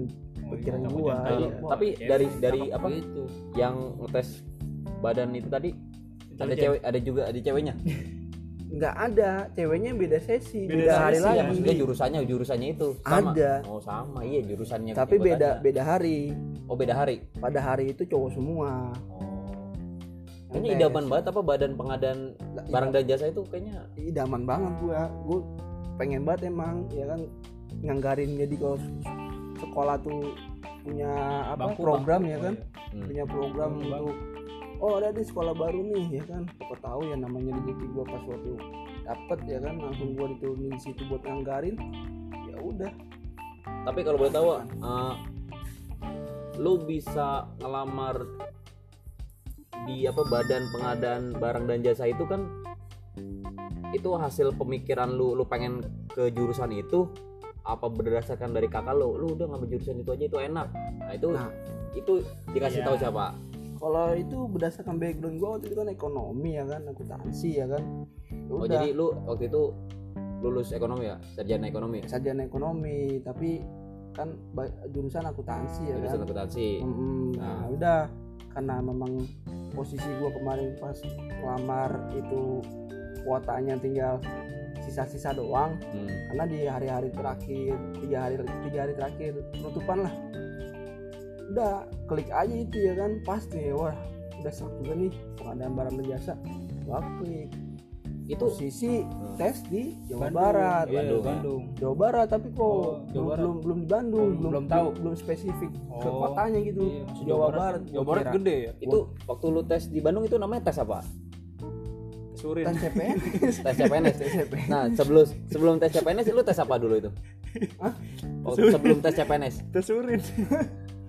S2: pikiran
S3: nggak mau
S2: gua
S3: Oh, campur.
S2: iya.
S3: Tapi dari- dari apa?
S1: itu
S3: yang ngetes badan itu tadi ada
S1: Intelijen.
S3: cewek ada juga ada ceweknya
S2: Iya nggak ada ceweknya beda sesi beda,
S1: Beda
S2: hari
S1: sesi ya,
S2: lagi
S3: iya, maksudnya jurusannya jurusannya itu sama
S2: iya Ada.
S3: oh sama iya jurusannya
S2: tapi
S3: gua
S2: beda
S3: tanya.
S2: beda hari
S3: oh beda hari
S2: pada hari itu cowok semua
S3: oh ini
S2: Yang
S3: idaman
S2: tes.
S3: banget apa badan pengadaan
S2: Lah,
S3: barang dan jasa itu kayaknya
S2: idaman banget gua gua pengen banget emang ya kan nganggarin jadi kalau sekolah tuh punya apa
S1: Bangku,
S2: program
S1: bangku,
S2: ya kan
S3: Hmm.
S2: punya program untuk oh ada di sekolah baru nih ya kan siapa tahu ya namanya rezeki gua pas waktu dapet ya kan langsung gua diturunin di situ buat nganggarin ya udah
S3: tapi kalau boleh tahu eh, lu bisa ngelamar di apa badan pengadaan barang dan jasa itu kan itu hasil pemikiran lu lu pengen ke jurusan itu apa berdasarkan dari kakak lu lu udah ngambil jurusan itu aja itu enak nah itu
S2: Nah.
S3: itu dikasih
S1: Iya.
S3: tahu siapa
S2: kalau itu berdasarkan background gue waktu itu kan ekonomi ya kan akuntansi ya kan Ya
S3: Oh
S2: udah
S3: jadi lu waktu itu lulus ekonomi ya, sarjana ekonomi,
S2: sarjana ekonomi tapi kan ba- jurusan akuntansi ya
S3: jurusan
S2: kan
S3: akuntansi.
S2: Mm-mm. nah udah karena memang posisi gua kemarin pas lamar itu kuotanya tinggal sisa-sisa doang
S3: Hmm.
S2: karena di hari-hari terakhir tiga hari tiga hari terakhir penutupan lah udah klik aja itu ya kan pas nih wah udah seru juga nih pengadaan barang dan jasa gua klik
S3: Itu
S2: posisi tes di Jawa
S1: Bandung.
S2: Barat
S1: Iya,
S3: Bandung, ya.
S1: Bandung.
S2: Jawa Barat tapi kok
S1: Oh, Jawa
S2: belum,
S1: Barat.
S2: belum belum di Bandung
S1: Belum- belum tahu.
S2: belum spesifik ke
S1: Oh.
S2: kotanya gitu
S1: Iya, maksud
S2: Jawa, Barat, Iya.
S1: Jawa Barat gede ya
S3: itu waktu lu tes di Bandung itu namanya tes apa?
S1: Surin
S2: tes CPNS
S3: Tes CPNS. Nah, sebelum sebelum tes CPNS lu tes apa dulu itu? Waktu sebelum tes CPNS.
S2: tes urin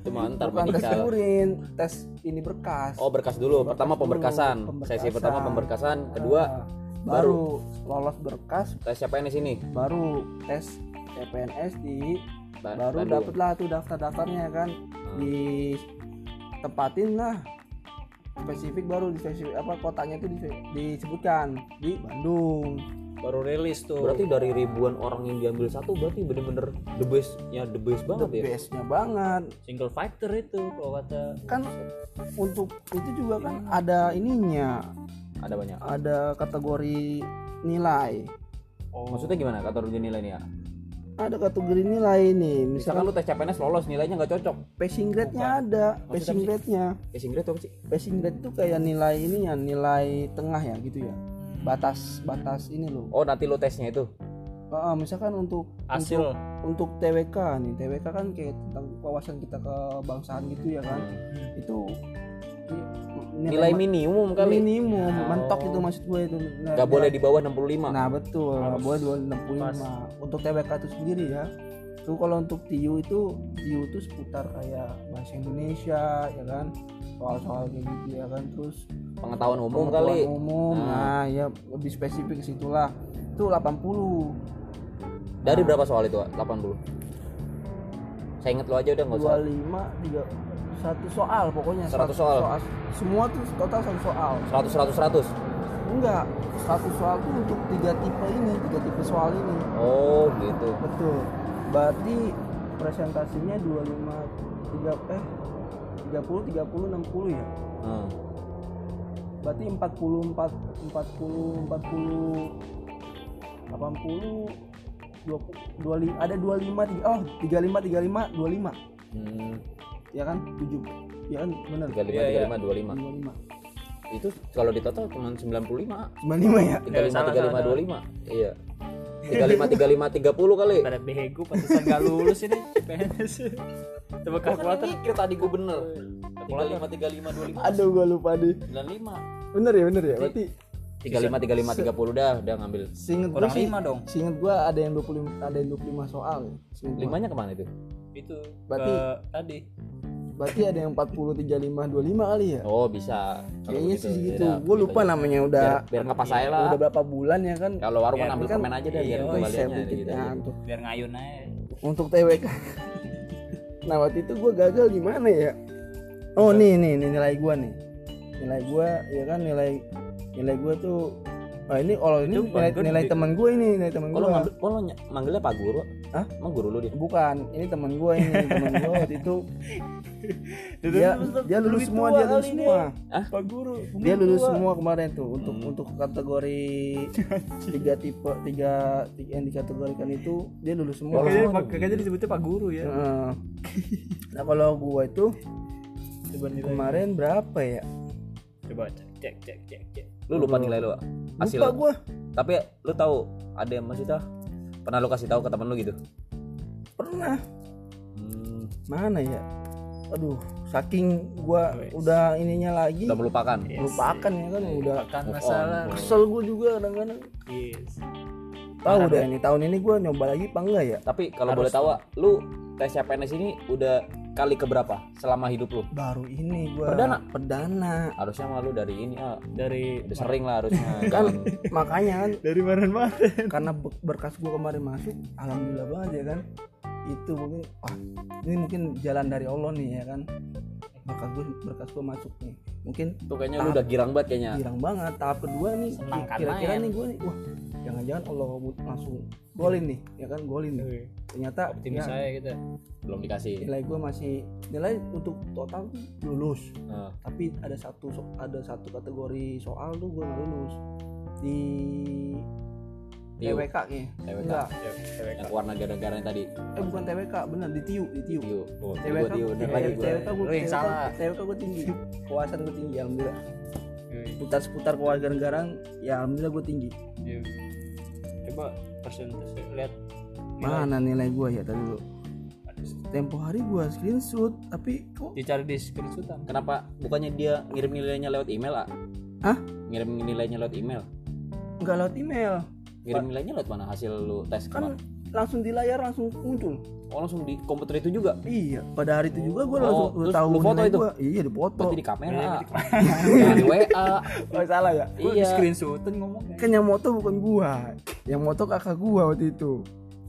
S3: Cuma ntar
S2: bukan tes
S3: medical.
S2: urin tes ini berkas
S3: Oh, berkas dulu. Pertama
S2: dulu,
S3: pemberkasan. Sesi
S2: pemberkasan.
S3: pertama pemberkasan, kedua
S2: Ah, baru lolos berkas
S3: tes CPNS ini.
S2: baru tes CPNS di
S3: Ba-
S2: baru
S3: Bandung.
S2: dapet lah tuh daftar-daftarnya kan di tempatin lah spesifik baru di spesifik apa kotanya itu di- disebutkan di Bandung
S1: baru rilis tuh
S3: Berarti dari ribuan orang yang diambil satu berarti bener-bener the best ya the best banget ya.
S2: bestnya banget
S1: single fighter itu kalau kata
S2: kan untuk itu juga kan ada ininya
S3: Ada banyak.
S2: ada kategori nilai
S3: Maksudnya gimana kategori nilai ini ya?
S2: ada kategori nilai nih misalkan
S3: Misalkan lu tes CPNS lolos nilainya nggak cocok.
S2: passing grade-nya ada passing grade-nya
S3: Passing grade tuh apa sih?
S2: passing grade itu kayak nilai ini ya nilai tengah ya gitu ya batas batas ini loh
S3: Oh, nanti lu tesnya itu.
S2: Ah, ah, misalkan untuk
S1: hasil
S2: untuk TWK nih TWK kan kayak tentang wawasan kita kebangsaan gitu ya kan itu i-
S3: Nilai minimum
S2: ma-
S3: kali.
S2: minimum
S3: Oh.
S2: mentok itu maksud gue itu nggak
S3: Nggak boleh di bawah 65.
S2: nah betul nggak
S1: Harus
S2: boleh 265 untuk TWK itu sendiri ya tuh kalau untuk TIU itu TIU itu seputar kayak bahasa Indonesia ya kan soal-soal kayak gitu ya kan terus
S3: Pengetahuan umum
S2: pengetahuan
S3: kali.
S2: umum nah
S3: Nah.
S2: ya lebih spesifik ke situlah itu 80
S3: Dari berapa soal itu? 80. Saya inget lu aja udah nggak usah.
S2: 25 tiga satu soal pokoknya
S3: 100
S2: satu
S3: soal.
S2: semua tuh total satu soal
S3: 100 100 100.
S2: enggak satu soal tuh untuk tiga tipe ini tiga tipe soal ini
S3: Oh, gitu.
S2: betul berarti presentasinya 25 tiga eh 30 30 60 ya
S3: Hmm.
S2: berarti 40 4 40 40 80 20, 25 ada 25 tiga- oh 35 35 25
S3: Hmm.
S2: ya kan 7 ya kan bener
S3: 35
S1: Iya, iya.
S3: 35
S2: 25
S3: 25. Itu kalau di total cuma 95.
S2: 95 ya?
S3: 35
S1: salah,
S3: 35
S1: salah.
S3: 25. Iya. 35 35 30 kali.
S1: pada bego pantesan gak lulus ini CPNS coba kalkulator
S3: mikir Kan tadi gue bener. 35 35 25
S2: Aduh gua lupa deh.
S1: 95
S2: Bener ya, bener ya. Berarti
S3: 35 35 30 dah udah ngambil.
S2: singet gua
S1: kurang
S2: sih,
S1: 5 dong
S2: singet gua ada yang 25 ada yang 25 soal. ya. Seinget gua.
S3: Limanya kemana itu?
S1: itu
S2: Berarti-
S1: ke tadi
S2: Berarti ada yang 40 35 25 kali ya?
S3: Oh bisa. Kalau
S2: Kayaknya
S3: begitu,
S2: sih
S3: ya
S2: gitu.
S3: udah,
S2: Gua
S3: gitu
S2: lupa
S3: aja.
S2: namanya udah Iya,
S3: Biar, biar ngepas aja lah.
S2: udah berapa bulan ya kan.
S3: Kalau warung
S1: Biar
S3: ambil
S2: kan-
S3: permen aja deh
S1: iya,
S3: biar
S1: oh,
S2: Bisa
S3: kembaliannya.
S2: dikit
S3: gitu
S2: ya,
S3: aja.
S2: untuk,
S1: biar ngayun aja
S2: untuk TWK. nah, waktu itu gua gagal di mana ya? Oh,
S3: Iya.
S2: nih nih nih nilai gua nih. Nilai gua ya kan nilai nilai gua tuh Oh ini kalau ini
S1: Itu
S2: nilai,
S1: bagus
S2: nilai
S1: di-
S2: teman gue ini nilai teman
S3: Oh lu
S2: gue.
S3: ngambil, oh lu ny- manggilnya Pak Guru?
S2: Hah?
S3: Emang guru lu dia?
S2: bukan ini teman gue ini teman gue waktu itu dia dia lulus semua dia lulus semua
S3: Hah?
S4: Pak Guru.
S2: dia lulus semua kemarin tuh untuk
S3: Hmm.
S2: untuk kategori tiga tipe tiga, tiga yang dikategorikan itu dia lulus semua
S4: Kayaknya makanya disebutnya Pak Guru ya.
S2: Heeh. nah kalau gue itu kemarin berapa ya
S1: coba cek cek cek cek, cek.
S3: Lu lupa nilai lu? Hasil
S2: lupa gue
S3: Tapi lu tahu ada yang maksudnya pernah lu kasih tahu ke teman lu gitu?
S2: pernah
S3: Hmm,
S2: mana ya aduh saking gue udah ininya lagi
S3: udah melupakan.
S2: lupakan ya kan udah
S1: akan
S3: Move on.
S1: masalah
S2: kesel gue juga kadang-kadang
S1: yes.
S2: tahu
S3: Nah,
S2: deh ini tahun ini gue nyoba lagi apa enggak ya
S3: Tapi kalau boleh tahu, lu tes CPNS ini udah kali keberapa selama hidup lu?
S2: baru ini gue
S3: Perdana?
S2: perdana
S3: Harusnya malu dari ini ah,
S1: dari
S3: udah sering lah harusnya.
S2: kan makanya kan
S4: Dari mana-mana.
S2: karena be- berkas gue kemarin masuk alhamdulillah banget ya kan itu mungkin wah ini mungkin jalan dari Allah nih ya kan berkas gue berkas gue masuk nih mungkin
S3: Tuh kayaknya lu udah girang banget kayaknya.
S2: girang banget tahap kedua nih
S1: Ya. Senang kan
S2: kira-kira
S1: main.
S2: nih gue nih wah jangan-jangan Allah langsung golin nih ya kan golin nih ternyata
S1: Iya. optimis
S2: ya,
S1: saya gitu
S3: Belum dikasih.
S2: nilai gue masih nilai untuk total tuh lulus
S3: Ah,
S2: tapi ada satu so- ada satu kategori soal tuh gue lulus di
S3: TIU,
S2: TWK nih
S3: TWK.
S2: enggak
S1: ya.
S3: Yang warna gara-gara yang tadi.
S2: eh bukan TWK bener di TIU di TIU
S3: Tiu. Oh, tadi
S2: TWK
S3: gua tiu. Bener lagi kan gua.
S2: TWK gue
S1: Lu yang salah.
S2: TWK gue tinggi kewasan gue tinggi alhamdulillah putar-putar kewarganegaraan ya alhamdulillah gue tinggi
S4: Coba persentase lihat
S1: Iya.
S2: mana nilai gue ya tadi dulu tempo hari gue screenshot tapi kok
S1: dicari di screenshotan
S3: Kenapa bukannya dia ngirim nilainya lewat email, ah?
S2: Hah?
S3: Ngirim nilainya lewat email.
S2: nggak lewat email
S3: Ngirim nilainya lewat mana hasil lu tes
S2: kan
S3: kemarin?
S2: langsung di layar langsung muncul
S3: Oh, langsung di komputer itu juga.
S2: iya pada hari itu juga gue
S3: Oh,
S2: langsung
S3: terus
S2: udah tahu
S3: lu foto
S2: nilai
S3: itu?
S2: gua. iya dipoto
S3: Berarti Iya, di kamera. Di WA.
S2: oh, salah ya
S4: Iya.
S3: Iya.
S4: Screenshotan ngomongnya.
S2: kan yang moto bukan gua yang moto kakak gua waktu itu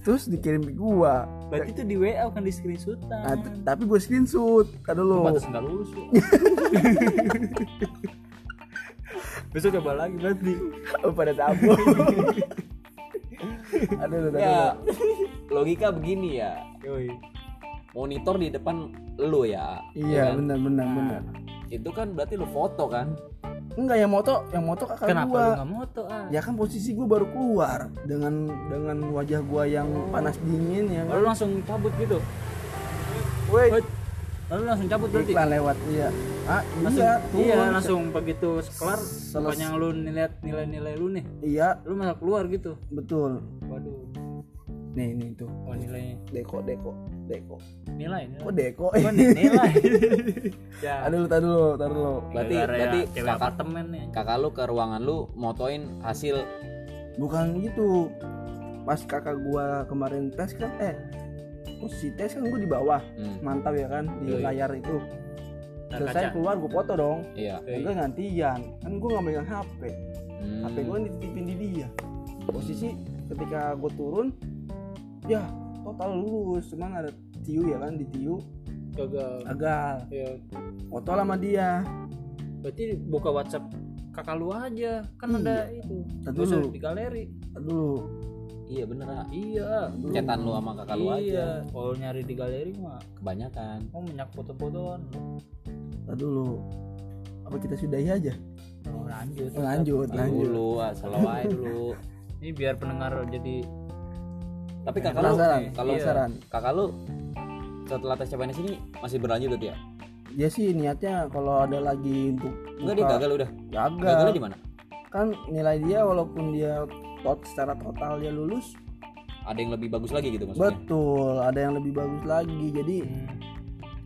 S2: terus dikirim ke gua
S4: Berarti itu di WA bukan di screenshotan.
S2: Nah, t- tapi gue screenshot kan dulu
S3: Pantes nggak lulus lu.
S2: Iya.
S4: Besok coba lagi berarti.
S2: Oh, pada tabu aduh aduh, aduh.
S3: Ya. Logika begini ya.
S4: Yoi.
S3: Monitor di depan lu ya. ya
S2: iya
S3: kan?
S2: benar benar
S1: Nah.
S2: benar
S3: Itu kan berarti lu foto kan?
S2: enggak yang moto yang moto kakak gua
S1: kenapa lu nggak moto ah
S2: ya kan posisi gue baru keluar dengan dengan wajah gue yang panas dingin ya kan
S1: lalu langsung cabut gitu
S2: Woi,
S1: lalu langsung cabut berarti
S2: iklan lewat iya ah
S1: langsung
S2: iya
S1: iya
S2: turun.
S1: langsung begitu kelar
S2: Seles-
S1: bukannya lu lihat nilai-nilai lu nih
S2: iya
S1: lu malah keluar gitu
S2: betul
S1: waduh
S2: nih nih tuh
S1: oh nilainya
S2: deko deko deko
S1: nilai
S2: kok
S1: nilai
S2: deko
S1: Oh, nih, nilai ya
S2: aduh lu tar dulu tar dulu
S3: Berarti
S1: Gara-gara
S3: berarti
S1: cewek
S3: kakak
S1: apartemen nih
S3: kakak lu ke ruangan lu motoin hasil
S2: bukan gitu pas kakak gua kemarin tes kan eh posisi tes kan gue di bawah
S3: hmm,
S2: mantap ya kan di
S3: Yoi. Nah,
S2: layar itu
S1: Tar
S2: selesai
S1: kaca.
S2: keluar gue foto dong
S3: iya
S2: gue gantian kan gue nggak megang hp
S3: Hmm.
S2: hp gue kan dititipin di dia posisi ketika gue turun ya total lulus cuman ada tiu ya kan di tiu
S1: gagal
S2: gagal
S1: ya
S2: foto sama dia
S1: berarti buka WhatsApp kakak lu aja kan
S2: Iya.
S1: ada itu
S2: Tar
S1: bisa
S2: dulu
S1: di galeri
S2: tar dulu
S3: iya bener ah
S1: iya
S3: cetan lu sama kakak lu aja
S1: iya kalau nyari di galeri mah
S3: kebanyakan
S1: mau banyak foto-fotoan
S2: tar dulu apa kita sudahi aja
S1: Oh, lanjut
S2: lanjut
S3: Tahan
S2: lanjut
S3: dulu ah, selalu aja dulu
S1: ini biar pendengar jadi
S3: tapi kakak lu
S2: penasaran
S3: kalau
S1: Iya.
S2: penasaran
S3: kakak lu setelah tes CPNS ini masih berlanjut tuh ya
S2: dia sih niatnya kalau ada lagi untuk
S3: enggak dia
S2: buka-
S3: gagal udah
S2: gagal
S3: gagalnya di mana
S2: kan nilai dia walaupun dia tot secara total dia lulus
S3: ada yang lebih bagus lagi gitu maksudnya
S2: betul ada yang lebih bagus lagi jadi
S1: Hmm.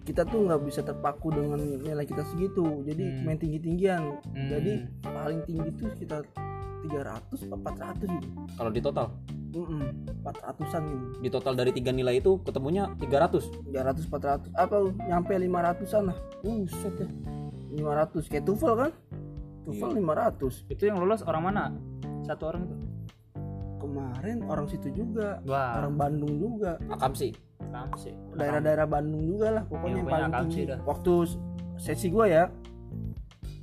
S2: kita tuh nggak bisa terpaku dengan nilai kita segitu jadi
S1: Hmm.
S2: main tinggi tinggian
S1: Hmm.
S2: jadi paling tinggi tuh sekitar 300 atau 400 gitu
S3: kalau di total
S2: Mm-mm, 400an gitu
S3: di total dari tiga nilai itu ketemunya 300
S2: 300 400 apa nyampe 500an lah buset ya 500 kayak tuval kan
S1: Iya.
S2: tuval 500
S1: itu yang lolos orang mana satu orang itu
S2: kemarin orang situ juga
S1: wah
S2: orang Bandung juga
S3: akam sih
S1: kamu sih
S2: daerah-daerah Bandung juga lah pokoknya
S1: Iya,
S2: yang
S1: pokoknya
S2: paling
S1: Akamsi
S2: tinggi
S1: dah.
S2: waktu s- sesi gua ya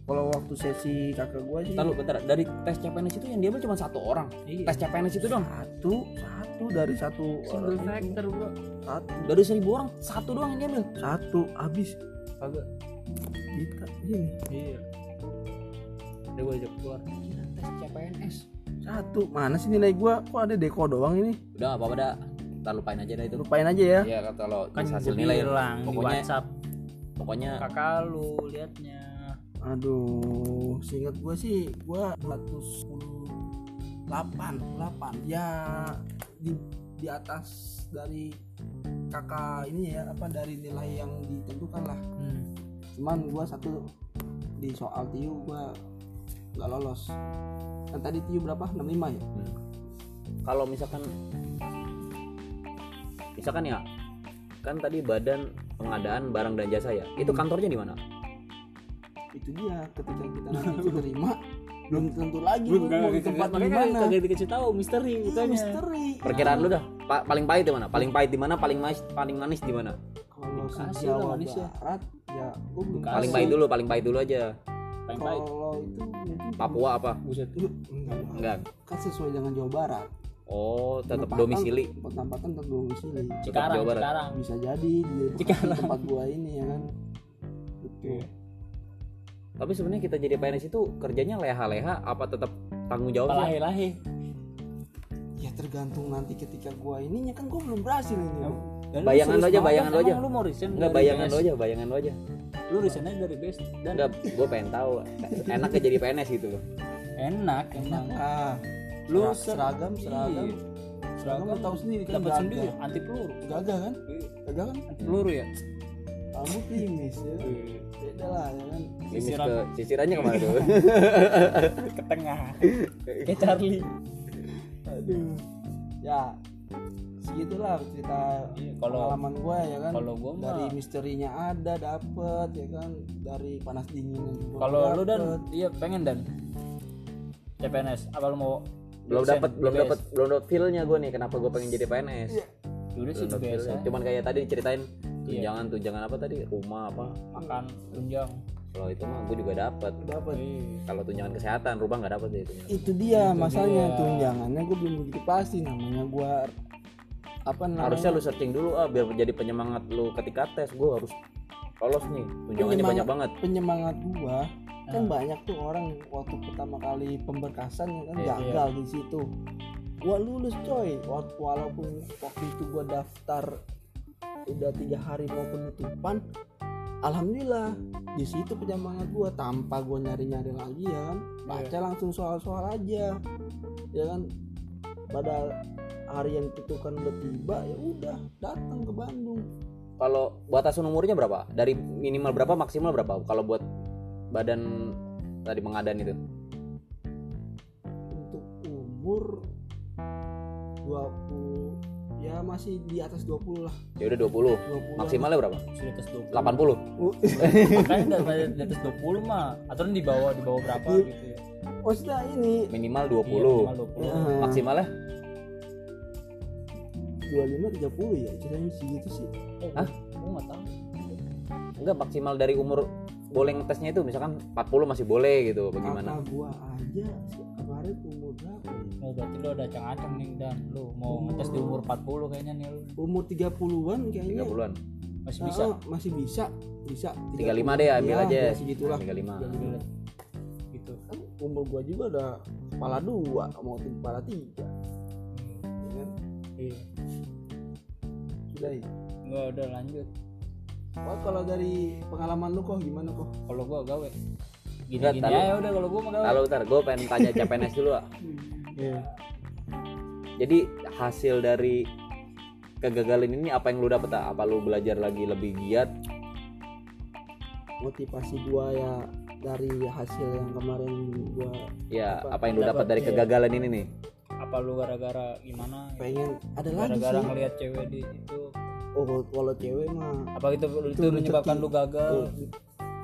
S2: kalau waktu sesi kakak gua sih
S3: Bentar lu, bentar dari tes CPNS itu yang diambil cuma satu orang
S1: iya
S3: tes CPNS itu Gitu dong
S2: satu satu dari satu orang
S1: single
S2: itu.
S1: factor bro
S2: satu
S3: dari seribu orang satu doang yang diambil
S2: satu habis
S1: kagak
S2: kita ini
S1: iya dia gue ajak keluar
S3: tes CPNS
S2: satu mana sih nilai gua kok ada deko doang ini
S3: udah nggak apa-apa dah ntar lupain aja dah itu
S2: lupain aja ya
S3: ya kalau
S1: kan
S3: hasil
S1: gue
S3: nilai
S1: bilang di
S3: pokoknya-
S1: WhatsApp
S3: pokoknya
S1: kakak lu liatnya
S2: aduh seingat gua sih gua 108 8 ya di di atas dari kakak ini ya apa dari nilai yang ditentukan lah
S1: hmm.
S2: cuman gua satu di soal tiu gua nggak lolos kan tadi tiu berapa 65 ya
S3: Hmm. kalau misalkan misalkan ya kan tadi badan pengadaan barang dan Hmm. jasa ya itu kantornya di mana
S2: itu dia ketika kita nanti diterima belum tentu lagi
S4: Belum,
S2: lu
S4: kagak
S2: mau ke
S4: gitu.
S2: tempat
S1: makanya kan
S2: gimana
S1: kagak dikasih tahu misteri
S2: Iya,
S1: makanya
S2: misteri
S3: Perkiraan lu dah pa- paling pahit di mana? Paling pahit di mana? Paling manis paling manis di mana?
S2: kalau se
S1: Bekasi lah,
S2: Jawa
S1: manis ya.
S2: Barat ya gua belum
S1: Bekasi.
S3: Paling
S2: tahu.
S3: pahit dulu, paling pahit dulu aja.
S1: paling baik
S2: kalau itu mungkin
S3: Papua apa?
S4: buset
S2: Lu- enggak, enggak.
S3: Enggak.
S2: kan sesuai dengan Jawa Barat
S3: Oh, tetap
S2: Penempatan-
S3: domisili.
S2: penempatan tetap domisili
S3: Tetap
S1: Cikarang
S3: Jawa Barat.
S1: Cikarang
S2: bisa jadi di Bekasi, tempat gua ini ya kan
S1: Iya.
S2: betul
S3: Tapi sebenarnya kita jadi PNS itu kerjanya leha-leha apa tetap tanggung jawab
S1: lahe
S3: sih?
S1: lahe
S2: ya tergantung nanti ketika gua ininya kan gua belum berhasil ini
S1: Dan lu serius
S3: Bayangan lu aja,
S1: banget,
S3: bayangan lu
S1: emang
S3: aja.
S1: lu mau resign
S3: Enggak
S1: dari
S3: bayangan
S1: BS?
S3: lo aja, bayangan lo aja.
S1: lu resign aja dari best dan
S3: Enggak, gue pengen tahu enaknya jadi PNS gitu loh.
S1: enak emang
S2: ah
S1: Iya. Lu
S2: lu
S1: ser-
S2: seragam seragam
S1: Iya.
S2: seragam lu tahu sendiri kan
S1: dapat
S2: gagah.
S1: sendiri anti peluru
S2: gagah kan
S1: Iya.
S2: gagah kan
S1: anti peluru ya
S2: kamu timis ya
S1: Iya.
S2: beda lah ya kan
S3: Simis
S1: Sisiran.
S3: ke sisirannya kemana tuh?
S1: ke tengah kayak Charlie
S2: aduh ya segitulah cerita
S1: Iya, kalau-
S2: pengalaman gue ya kan
S1: kalau gua mah-
S2: dari misterinya ada dapet ya kan dari panas dinginnya juga
S1: kalau lu dan
S2: dapet.
S1: iya pengen dan CPNS apa lu mau
S3: belum
S1: resign
S3: dapat
S1: di
S3: belum
S1: BS?
S3: dapat belum dapat feel-nya gue nih kenapa gue pengen jadi PNS.
S1: Ya udah sih
S3: Belum dapet
S1: biasa Iya.
S3: feel-nya. Cuman kayak tadi diceritain tunjangan tunjangan apa tadi? Rumah apa?
S1: makan tunjang Iya,
S3: Kalau itu mah gue juga dapat.
S2: dapet
S3: Kalau tunjangan kesehatan rumah nggak dapat deh itu.
S1: Nah.
S2: itu dia masalahnya tunjangannya gue belum begitu pasti namanya gue apa namanya
S3: Harusnya lu searching dulu ah biar jadi penyemangat lu ketika tes gue harus lolos nih. Tunjangannya
S2: Penyemangat-
S3: banyak banget.
S2: penyemangat gua kan banyak tuh orang waktu pertama kali pemberkasan ya kan gagal di situ gua lulus coy Wa- walaupun waktu itu gua daftar udah tiga hari mau penutupan alhamdulillah di situ penyemangat gua tanpa gua nyari nyari lagi ya kan baca langsung soal soal aja ya kan pada hari yang ditentukan udah tiba ya udah datang ke Bandung
S3: Kalau batasan umurnya berapa? Dari minimal berapa maksimal berapa? Kalau buat badan tadi pengadaan itu
S2: untuk umur 20 ya masih di atas 20 lah
S3: ya udah
S2: 20
S3: 20 maksimalnya berapa
S1: sudah tes 20
S3: 80
S2: U-
S1: makanya dari di atas 20 mah aturan di bawah di bawah berapa gitu ya
S2: maksudnya ini
S3: minimal
S1: Iya,
S3: 20
S1: minimal 20
S2: eh,
S3: maksimalnya
S2: 25 30 ya ceritanya segitu sih
S1: Oh,
S3: Hah?
S1: Gua nggak tahu.
S3: enggak maksimal dari umur boleh ngetesnya itu misalkan 40 masih boleh gitu
S2: kakak
S3: bagaimana
S2: gua aja sih, kemarin umur berapa ya?
S1: Oh, berarti lo udah acang-acang nih dan lo mau ngetes di umur 40 kayaknya nih lo
S2: umur 30-an kayaknya
S3: 30-an
S1: masih
S2: Nah,
S1: bisa.
S2: oh, masih bisa bisa
S3: 35 deh ambil aja
S2: ya segitulah
S3: 35
S1: Gila. Gitu.
S2: kan umur gua juga udah kepala dua mau tiga- kepala tiga ya kan
S1: Iya.
S2: sudah ya
S1: Gua udah lanjut.
S2: Wah, kalau dari pengalaman lu kok gimana kok
S1: Kalau gua gawe
S3: Nggak,
S1: gini-gini
S3: taruh.
S1: aja udah kalau gua mah gawe.
S3: kalau ntar gue pengen tanya CPNS dulu ah. jadi hasil dari kegagalan ini apa yang lu dapet ah? apa lu belajar lagi lebih giat
S2: motivasi gua ya dari hasil yang kemarin gua
S3: ya
S2: Apa?
S3: apa, yang lu dapat
S1: Dapat,
S3: dari
S1: iya.
S3: kegagalan ini nih
S1: Apa lu gara-gara gimana?
S2: pengen ada lagi
S1: Gara-gara
S2: sih
S1: ngelihat cewek di itu.
S2: oh kalau- kalau cewek mah
S1: Apa gitu, itu itu menyebabkan lu gagal?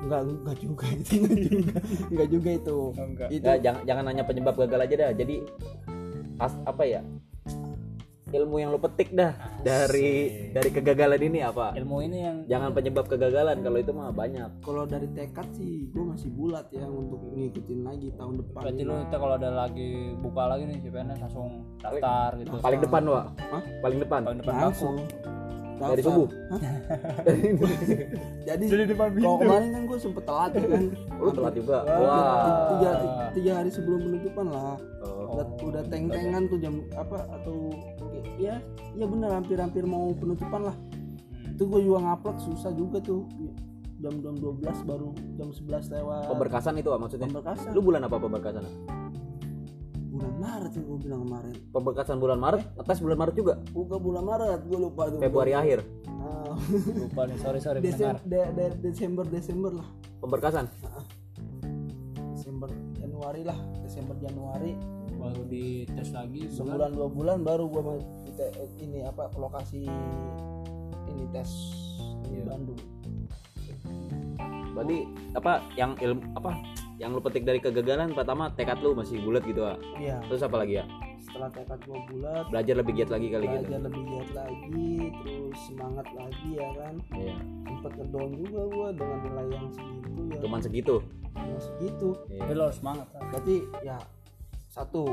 S2: enggak enggak juga itu enggak juga enggak juga itu
S1: Oh, enggak.
S2: itu
S3: Nggak, jangan jangan hanya penyebab gagal aja dah jadi as, apa ya ilmu yang lu petik dah dari dari kegagalan ini apa
S1: Ilmu ini yang
S3: jangan penyebab kegagalan kalau itu mah banyak
S2: kalau dari tekad sih gua masih bulat ya untuk ngikutin lagi tahun depan
S1: berarti
S2: ini.
S1: lu ntar kalau ada lagi buka lagi nih CPNS langsung daftar gitu.
S3: paling depan wa
S2: Hah?
S3: paling depan
S1: Paling depan bangku.
S2: langsung
S3: dari
S2: Daftar.
S3: subuh
S2: jadi,
S1: Hmm,
S2: kalau kemarin kan gua sempet telat ya kan
S3: lu telat juga
S2: Hampir
S3: wah
S2: tiga, tiga hari sebelum penutupan lah
S3: Oh,
S2: udah, udah teng-tengan tuh jam apa atau ya ya bener hampir-hampir mau penutupan lah
S1: Hmm.
S2: itu gue juga ngupload susah juga tuh jam jam 12 baru jam 11 lewat
S3: pemberkasan itu ah maksudnya
S2: pemberkasan
S3: lu bulan apa pemberkasan
S2: bulan Maret yang gue bilang kemarin
S3: pemberkasan bulan Maret tes bulan Maret juga
S2: buka bulan Maret gue lupa tuh
S3: Februari akhir
S2: Ah,
S1: Lupa nih, sorry sorry
S2: Desem-
S1: pendengar.
S2: de- de- Desember Desember lah
S3: pemberkasan
S2: Desember Januari lah Desember Januari
S1: Baru dites lagi bulan
S2: sebulan dua bulan baru gue ini apa ke lokasi ini tes
S3: Iya.
S2: di Bandung
S3: berarti apa yang ilmu apa yang lu petik dari kegagalan pertama tekad lu masih bulat gitu ah
S2: iya
S3: terus apa lagi ya
S2: setelah tekad gua bulat
S3: belajar lebih giat lagi kali gitu
S2: belajar lebih giat lagi terus semangat lagi ya kan
S3: Iya.
S2: sempet ngedown juga gua dengan nilai yang segitu ya
S3: cuman segitu Iya.
S2: cuma segitu
S1: Jadi lo harus semangat. Kan?
S2: berarti ya satu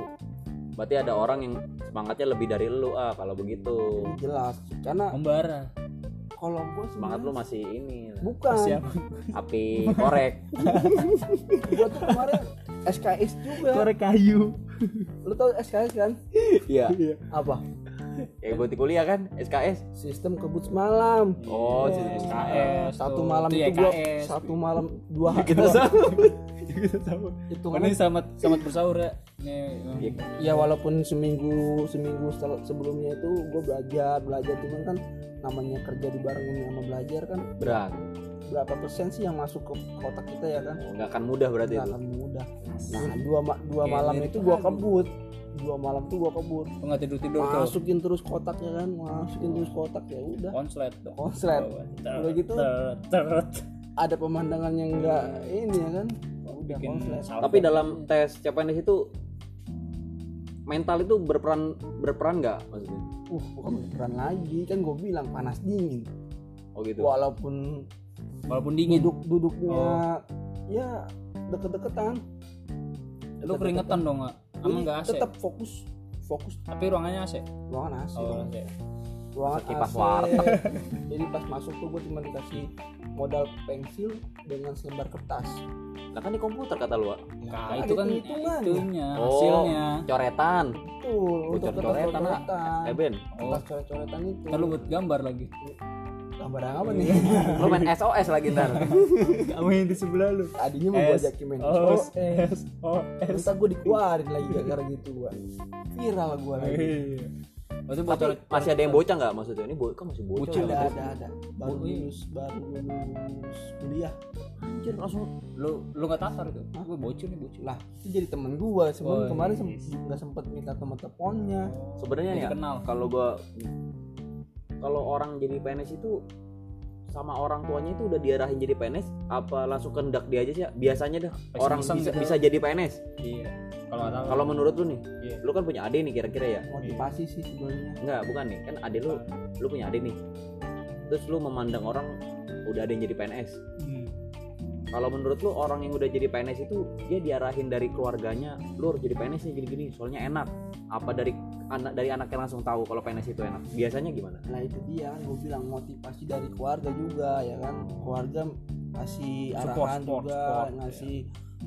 S3: berarti ada orang yang semangatnya lebih dari lu ah kalau begitu
S2: ini jelas karena
S1: Membara.
S2: kalau gua
S3: semangat
S2: semangat
S3: lu masih ini
S2: bukan
S1: Siap.
S3: api korek
S2: gua tuh kemarin SKS juga
S1: kayu.
S2: lu tau SKS kan
S3: iya
S2: apa
S3: ya gue di kuliah kan SKS
S2: sistem kebut malam
S3: oh jadi SKS
S2: satu malam
S3: ya
S2: itu gua satu malam dua
S3: Iya.
S2: hari
S3: Gitu,
S1: kita sama. kita sama.
S2: hitungan
S1: Ini selamat selamat bersaur ya. Nih, Bang.
S3: Iya.
S2: ya walaupun seminggu seminggu setel- sebelumnya itu gue belajar belajar cuman kan namanya kerja di barengin sama belajar kan
S3: berat
S2: berapa persen sih yang masuk ke kotak kita ya kan
S3: nggak akan mudah berarti
S2: nggak
S3: itu
S2: akan mudah nah dua ma- dua
S1: Kayak
S2: malam
S1: dari
S2: itu gue
S1: pagi.
S2: kebut dua malam tuh gue kebut
S1: Lu nggak tidur tidur tuh.
S2: masukin terus kotak ya kan masukin terus kotak ya udah
S1: Konslet dong.
S2: konslet Udah gitu.
S1: Ter- ter-
S2: ada pemandangan yang enggak ini ya kan udah
S1: bikin
S2: konslet
S1: salto.
S3: tapi dalam tes CPNS itu mental itu berperan berperan nggak maksudnya
S2: uh bukan berperan lagi kan gue bilang panas dingin
S3: oh gitu
S2: walaupun
S1: walaupun dingin,
S2: duduk duduknya ya deket-deketan
S1: lu keringetan dong nggak? Sama
S2: Jadi
S1: nggak AC.
S2: tetap fokus fokus
S1: Tapi ruangannya
S2: Iya.
S1: AC.
S2: ruangan AC
S1: Oh,
S2: dong.
S1: AC.
S2: ruangan
S3: Kipas
S2: AC.
S3: warteg.
S2: jadi pas masuk tuh gue cuma dikasih modal pensil dengan selembar kertas
S3: Lah kan di komputer kata lu Wak.
S1: Nah,
S2: ada
S1: itu kan
S2: hitungannya.
S1: itunya,
S3: Oh.
S1: hasilnya.
S3: coretan
S2: tuh untuk kertas
S3: coret-coretan, ah.
S2: coretan
S3: eh Ben
S1: Oh,
S2: kertas coret-coretan itu
S1: ntar lu Iya. buat gambar lagi.
S2: gambar apa nih
S3: lu main SOS lagi ntar
S1: Kamu yang di sebelah lu.
S2: tadinya mau gue ajakin main
S1: Oh,
S2: oh,
S1: S, O, S.
S2: Ntar gue dikeluarin lagi gara-gara gitu gue Viral gue lagi
S1: Iya. Maksudnya buat
S3: tapi
S1: coret-
S3: masih ada yang bocah nggak maksudnya ini bo- kan masih bocah
S1: Bocah.
S3: ya?
S2: ada ada ada baru lulus baru lulus kuliah
S3: anjir langsung
S1: lu lu nggak tasar tuh ah gue bocor nih bocor
S2: lah itu jadi temen gua sebelum
S1: Oh,
S2: kemarin
S1: iya.
S2: sem- nggak sempet minta temen teleponnya
S3: sebenarnya
S1: Jadi
S3: ya
S1: kenal.
S3: kalau gua kalau orang jadi PNS itu sama orang tuanya itu udah diarahin jadi PNS apa langsung kendak dia aja sih ya? biasanya dah
S1: Iseng-iseng
S3: orang bisa,
S1: gitu.
S3: bisa jadi PNS
S1: iya kalau nggak tahu
S3: kalau menurut lu nih
S1: Iya.
S3: lu kan punya adik nih kira-kira ya
S2: motivasi sih sebenarnya
S3: enggak bukan nih kan adik lu lu punya adik nih terus lu memandang orang udah ada yang jadi PNS
S1: Hmm.
S3: kalau menurut lu orang yang udah jadi PNS itu dia diarahin dari keluarganya lu harus jadi PNS nih gini-gini soalnya enak apa dari anak dari anaknya langsung tahu kalau PNS itu enak biasanya gimana
S2: nah itu dia gue bilang motivasi dari keluarga juga ya kan keluarga kasih
S1: Support,
S2: arahan
S1: support,
S2: juga
S1: support,
S2: ngasih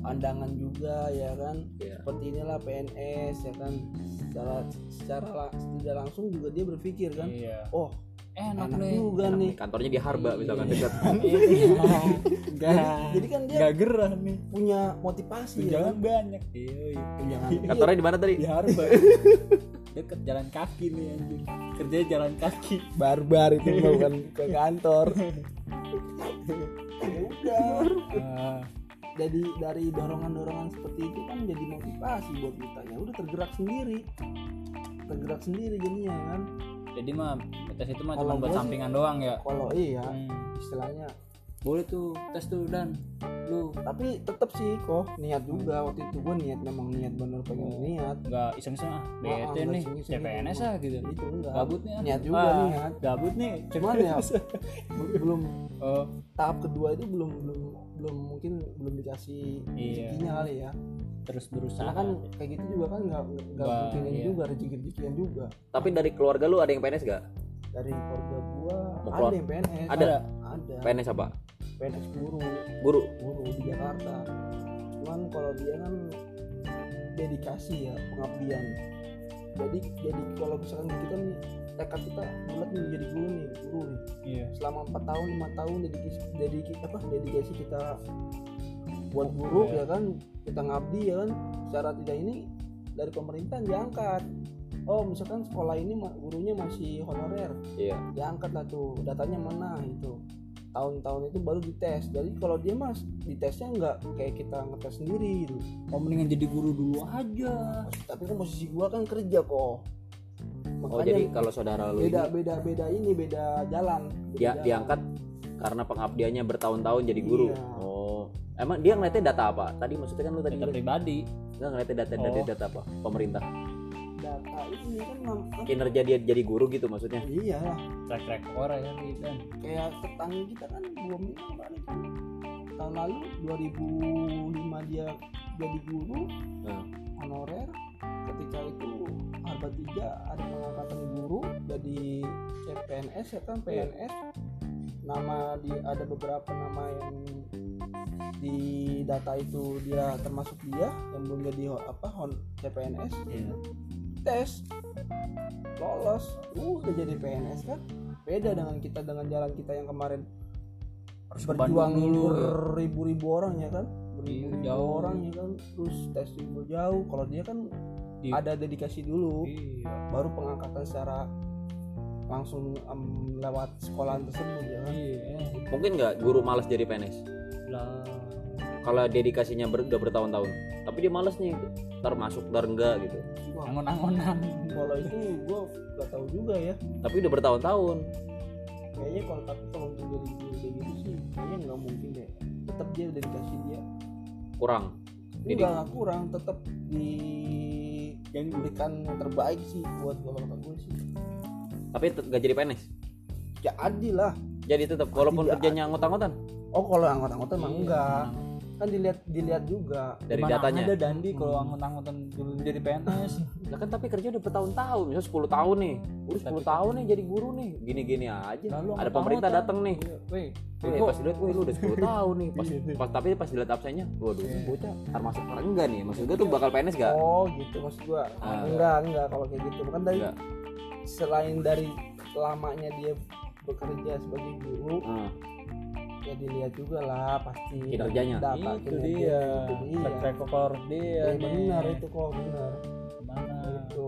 S2: pandangan juga ya kan
S3: Iya.
S2: seperti inilah PNS ya kan secara secara la- tidak langsung juga dia berpikir kan
S1: iya
S2: oh
S1: enak
S2: enak
S1: nih
S2: juga
S3: Enak
S2: nih
S3: nih, kantornya di Harba misalkan dekat
S1: Iya.
S2: jadi, jadi kan dia
S1: nggak gerah nih
S2: punya motivasi ya
S1: tunjangan
S2: kan
S1: banyak iya iya.
S2: tunjangan iya,
S3: kantornya di mana tadi
S1: di harba deket jalan kaki nih anjir kerjanya jalan kaki
S2: barbar itu mah, bukan ke kantor Ya udah
S1: Ah,
S2: jadi dari dorongan-dorongan seperti itu kan jadi motivasi buat kita ya udah tergerak sendiri tergerak sendiri jadinya kan
S1: jadi mah tes itu mah
S2: Kalau
S1: cuma buat
S2: gua sih-
S1: sampingan doang ya
S2: kalau iya
S1: Hmm.
S2: istilahnya
S1: boleh tuh tes tuh dan lu
S2: tapi tetap sih kok niat juga waktu itu gue niat memang niat bener pengen niat
S1: nggak iseng-iseng ah
S2: Ah,
S1: bete
S2: nggak
S1: nih
S2: iseng-iseng.
S1: CPNS ah gitu
S2: itu enggak
S1: gabut nih ah.
S2: niat juga
S1: Ah,
S2: niat
S1: gabut nih
S2: cuman ya belum
S1: oh
S2: tahap kedua itu belum belum belum mungkin belum dikasih
S1: Iya.
S2: rezekinya kali ya
S1: terus
S2: karena
S1: berusaha
S2: kan kayak gitu juga kan nggak nggak
S1: Wah,
S2: mungkin
S1: iya.
S2: juga rezeki rezekian juga
S3: tapi dari keluarga lu ada yang PNS gak
S2: dari keluarga gua
S3: Mau keluar?
S2: ada yang PNS
S3: Ada?
S2: ada
S3: PNS apa
S2: PNS guru
S3: guru
S2: guru di Jakarta cuman kalau dia kan dedikasi ya pengabdian jadi jadi kalau misalkan kita nih tekad kita bulat nih jadi guru nih guru nih
S1: iya
S2: selama 4 tahun 5 tahun dedikasi dedikasi apa dedikasi kita buat
S3: Iya.
S2: guru ya kan kita ngabdi ya kan secara tidak ini dari pemerintah diangkat oh misalkan sekolah ini ma- gurunya masih honorer
S3: iya
S2: diangkat lah tuh datanya mana itu tahun-tahun itu baru dites jadi kalau dia mas ditesnya nggak kayak kita ngetes sendiri gitu
S1: oh mendingan jadi guru dulu aja
S2: tapi kan posisi gua kan kerja kok
S3: oh jadi kalau saudara lu
S2: beda
S3: ini Ya,
S2: beda beda ini beda jalan
S3: dia
S2: Beda jalan.
S3: diangkat karena pengabdiannya bertahun-tahun jadi guru
S2: Iya.
S3: oh Emang dia ngeliatnya data apa? Tadi maksudnya kan lu tadi
S1: data
S3: nggak
S1: pribadi
S3: ngeliatnya data dari
S1: Oh.
S3: data apa? Pemerintah.
S2: data ini kan nam- apa?
S3: Kinerja dia jadi guru gitu maksudnya.
S2: iya lah
S1: track record ya kan gitu kan.
S2: kayak tetangga kita kan dua minggu kemarin kan tahun lalu 2005 dia jadi guru
S3: Nah.
S2: honorer ketika itu harga tiga ada pengangkatan guru jadi CPNS ya kan PNS nama di ada beberapa nama yang di data itu dia termasuk dia yang belum jadi ho- apa hon CPNS tes lolos Uh, udah jadi PNS kan beda dengan kita dengan jalan kita yang kemarin
S1: harus ke
S2: berjuang
S1: Bandung dulu ya.
S2: ribu-ribu orang ya kan beribu
S1: Iya, jauh.
S2: orang ya kan terus tes juga jauh kalau dia kan
S1: Iya.
S2: ada dedikasi dulu
S1: Iya.
S2: baru pengangkatan secara langsung em, lewat sekolah tersebut ya kan
S1: Iya.
S3: Mungkin nggak guru malas jadi PNS?
S1: Lah.
S3: Kalau dedikasinya ber, udah bertahun-tahun, tapi dia malas nih, ntar masuk, ntar enggak gitu.
S2: Wah,
S1: Angon-angonan.
S2: kalau itu gue gak tahu juga ya
S3: Tapi udah bertahun-tahun.
S2: kayaknya kalau tapi kalau untuk jadi guru kayak gitu sih kayaknya nggak mungkin deh tetap dia dedikasi dia
S3: kurang
S2: ini
S3: Jadi-
S2: nggak kurang tetap diberikan yang terbaik sih buat bapak gue sih
S3: tapi tet- nggak jadi PNS
S2: jadi Ya, lah
S3: jadi tetap
S1: Ah,
S3: walaupun
S2: Tidak.
S3: kerjanya anggot-anggotan
S2: oh kalau anggota-anggota mah
S1: Iya,
S2: enggak kan dilihat dilihat juga
S3: dari Hmm.
S1: Mana
S3: datanya
S1: ada dandi kalau angon-angonan dulu Hmm. jadi PNS
S3: Lah kan tapi kerja udah bertahun-tahun misal 10 tahun nih udah 10 tahun nih jadi guru nih gini-gini aja
S1: Lalu
S3: ada
S1: anggot-anggotan.
S3: pemerintah datang nih
S1: Wih,
S3: Wih, pas dilihat, wih lu udah 10 tahun nih pas, pas- tapi pas dilihat absennya waduh ini bocah ntar masuk apa enggak nih maksud gue tuh bakal PNS gak?
S2: oh gitu maksud gua
S3: Ah.
S2: enggak enggak kalau kayak gitu kan dari
S3: Enggak.
S2: selain dari lamanya dia bekerja sebagai guru
S3: Nah,
S2: ya dilihat juga lah pasti
S3: Kinerjanya.
S2: data
S1: itu
S2: kinerja,
S1: dia
S2: itu dia.
S1: track record dia
S2: Ya, Iya.
S1: nih.
S2: benar itu kok benar Gitu.
S1: Gimana?
S2: itu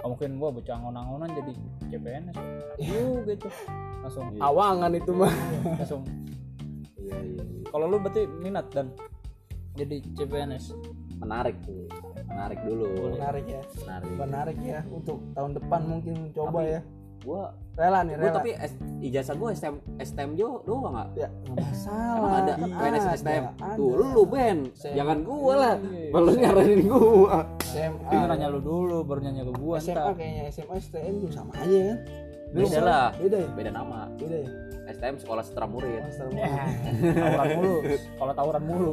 S1: Ah, mungkin gua bocah angon-angonan jadi CPNS Yuh, gitu langsung
S3: Iya.
S2: awangan itu mah
S1: langsung
S3: iya, iya, iya.
S1: kalau lu berarti minat dan jadi CPNS
S3: menarik tuh menarik dulu
S2: menarik ya
S3: menarik
S2: menarik ya untuk tahun depan mungkin coba
S3: Tapi-
S2: ya
S3: gua
S2: rela nih
S3: gua
S2: rela
S3: tapi S- ijazah gua STM STM jo doang gak?
S2: ya nggak masalah
S3: Emang ada
S2: Iya,
S3: PNS STM?
S2: ada,
S3: Tuh
S2: ada.
S3: lu Ben, jangan gua lah.
S1: Iya.
S3: Baru nyaranin gua.
S2: SMA
S1: Dia nanya lu dulu baru nanya ke gua
S2: SMA
S1: entar.
S2: kayaknya SMA STM juga sama aja kan
S3: Beda lah.
S2: beda ya
S3: Beda nama.
S2: beda ya
S3: STM sekolah setra murid.
S2: Master
S1: Ya, tawuran mulu. Kalau tawuran mulu.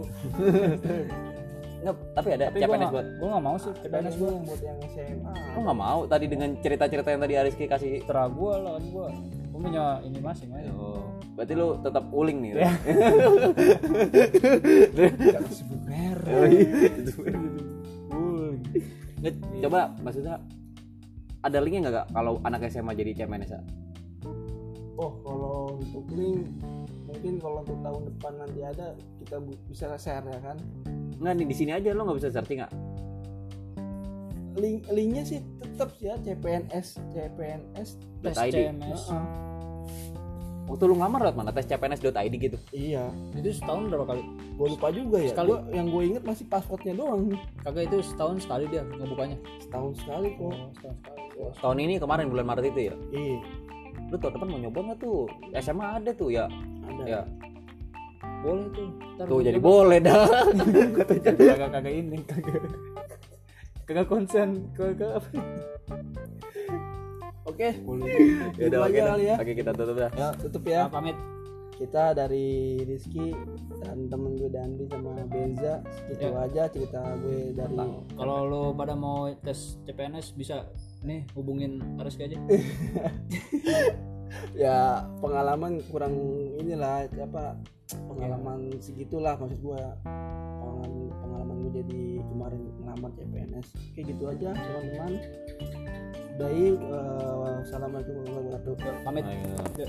S3: Enggak, tapi ada
S1: Tapi
S3: CPNS
S1: gua
S3: buat.
S1: buat gua enggak mau sih
S2: PNS
S1: CPNS
S2: gue
S1: gua.
S2: yang buat yang SMA
S3: Lu nggak mau tadi dengan cerita-cerita yang tadi Ariski kasih.
S1: Terah gua lah kan gua. Gua punya ini masing aja.
S3: Oh, berarti lu tetap uling nih.
S2: Jangan sebut merah Gitu.
S1: Wuling.
S3: Nggak, Coba maksudnya ada linknya nggak Kak, kalau anak SMA jadi CPNS? Kak?
S2: oh kalau untuk link mungkin kalau untuk tahun depan nanti ada kita bu- bisa share ya kan
S3: Nggak nih di sini aja lu nggak bisa searching nggak?
S2: link linknya sih tetap ya CPNS CPNS
S1: Tes
S3: .id.
S1: CMS.
S2: Heeh.
S3: Waktu lu ngelamar lewat mana? Tes CPNS.id gitu.
S2: iya
S1: Itu setahun berapa kali?
S2: gue lupa juga ya
S1: Sekali.
S2: Gua- yang gue inget masih pasportnya doang
S1: Kagak itu setahun sekali dia ngebukanya. Oh,
S2: setahun sekali kok
S1: setahun sekali.
S3: Tahun ini kemarin bulan Maret itu ya.
S2: iya
S3: Lu tahun depan mau nyoba nggak tuh? SMA ada tuh ya.
S2: ada
S3: Ya.
S1: Boleh tuh. Ntar
S3: Tuh
S1: gua
S3: jadi
S1: coba.
S3: boleh dah.
S1: kagak kagak ini kagak. Kagak konsen, kagak apa.
S2: oke
S3: ya
S2: Itu
S3: udah oke
S2: aja
S3: dah.
S2: kali ya.
S3: Oke kita tutup dah.
S2: ya tutup ya
S1: Ah, pamit.
S2: kita dari Rizky dan temen gue Dandi sama Benza itu
S1: Ya.
S2: aja cerita gue dari
S1: Kalau lo pada mau tes CPNS bisa nih hubungin Ariski aja.
S2: ya pengalaman kurang inilah apa pengalaman segitulah maksud gue pengalaman pengalaman gue jadi kemarin ngelamar CPNS oke gitu aja teman-teman baik eh, wassalamualaikum warahmatullahi wabarakatuh
S1: Pamit.
S3: Ayo.
S1: Ya.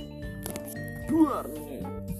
S3: Duar.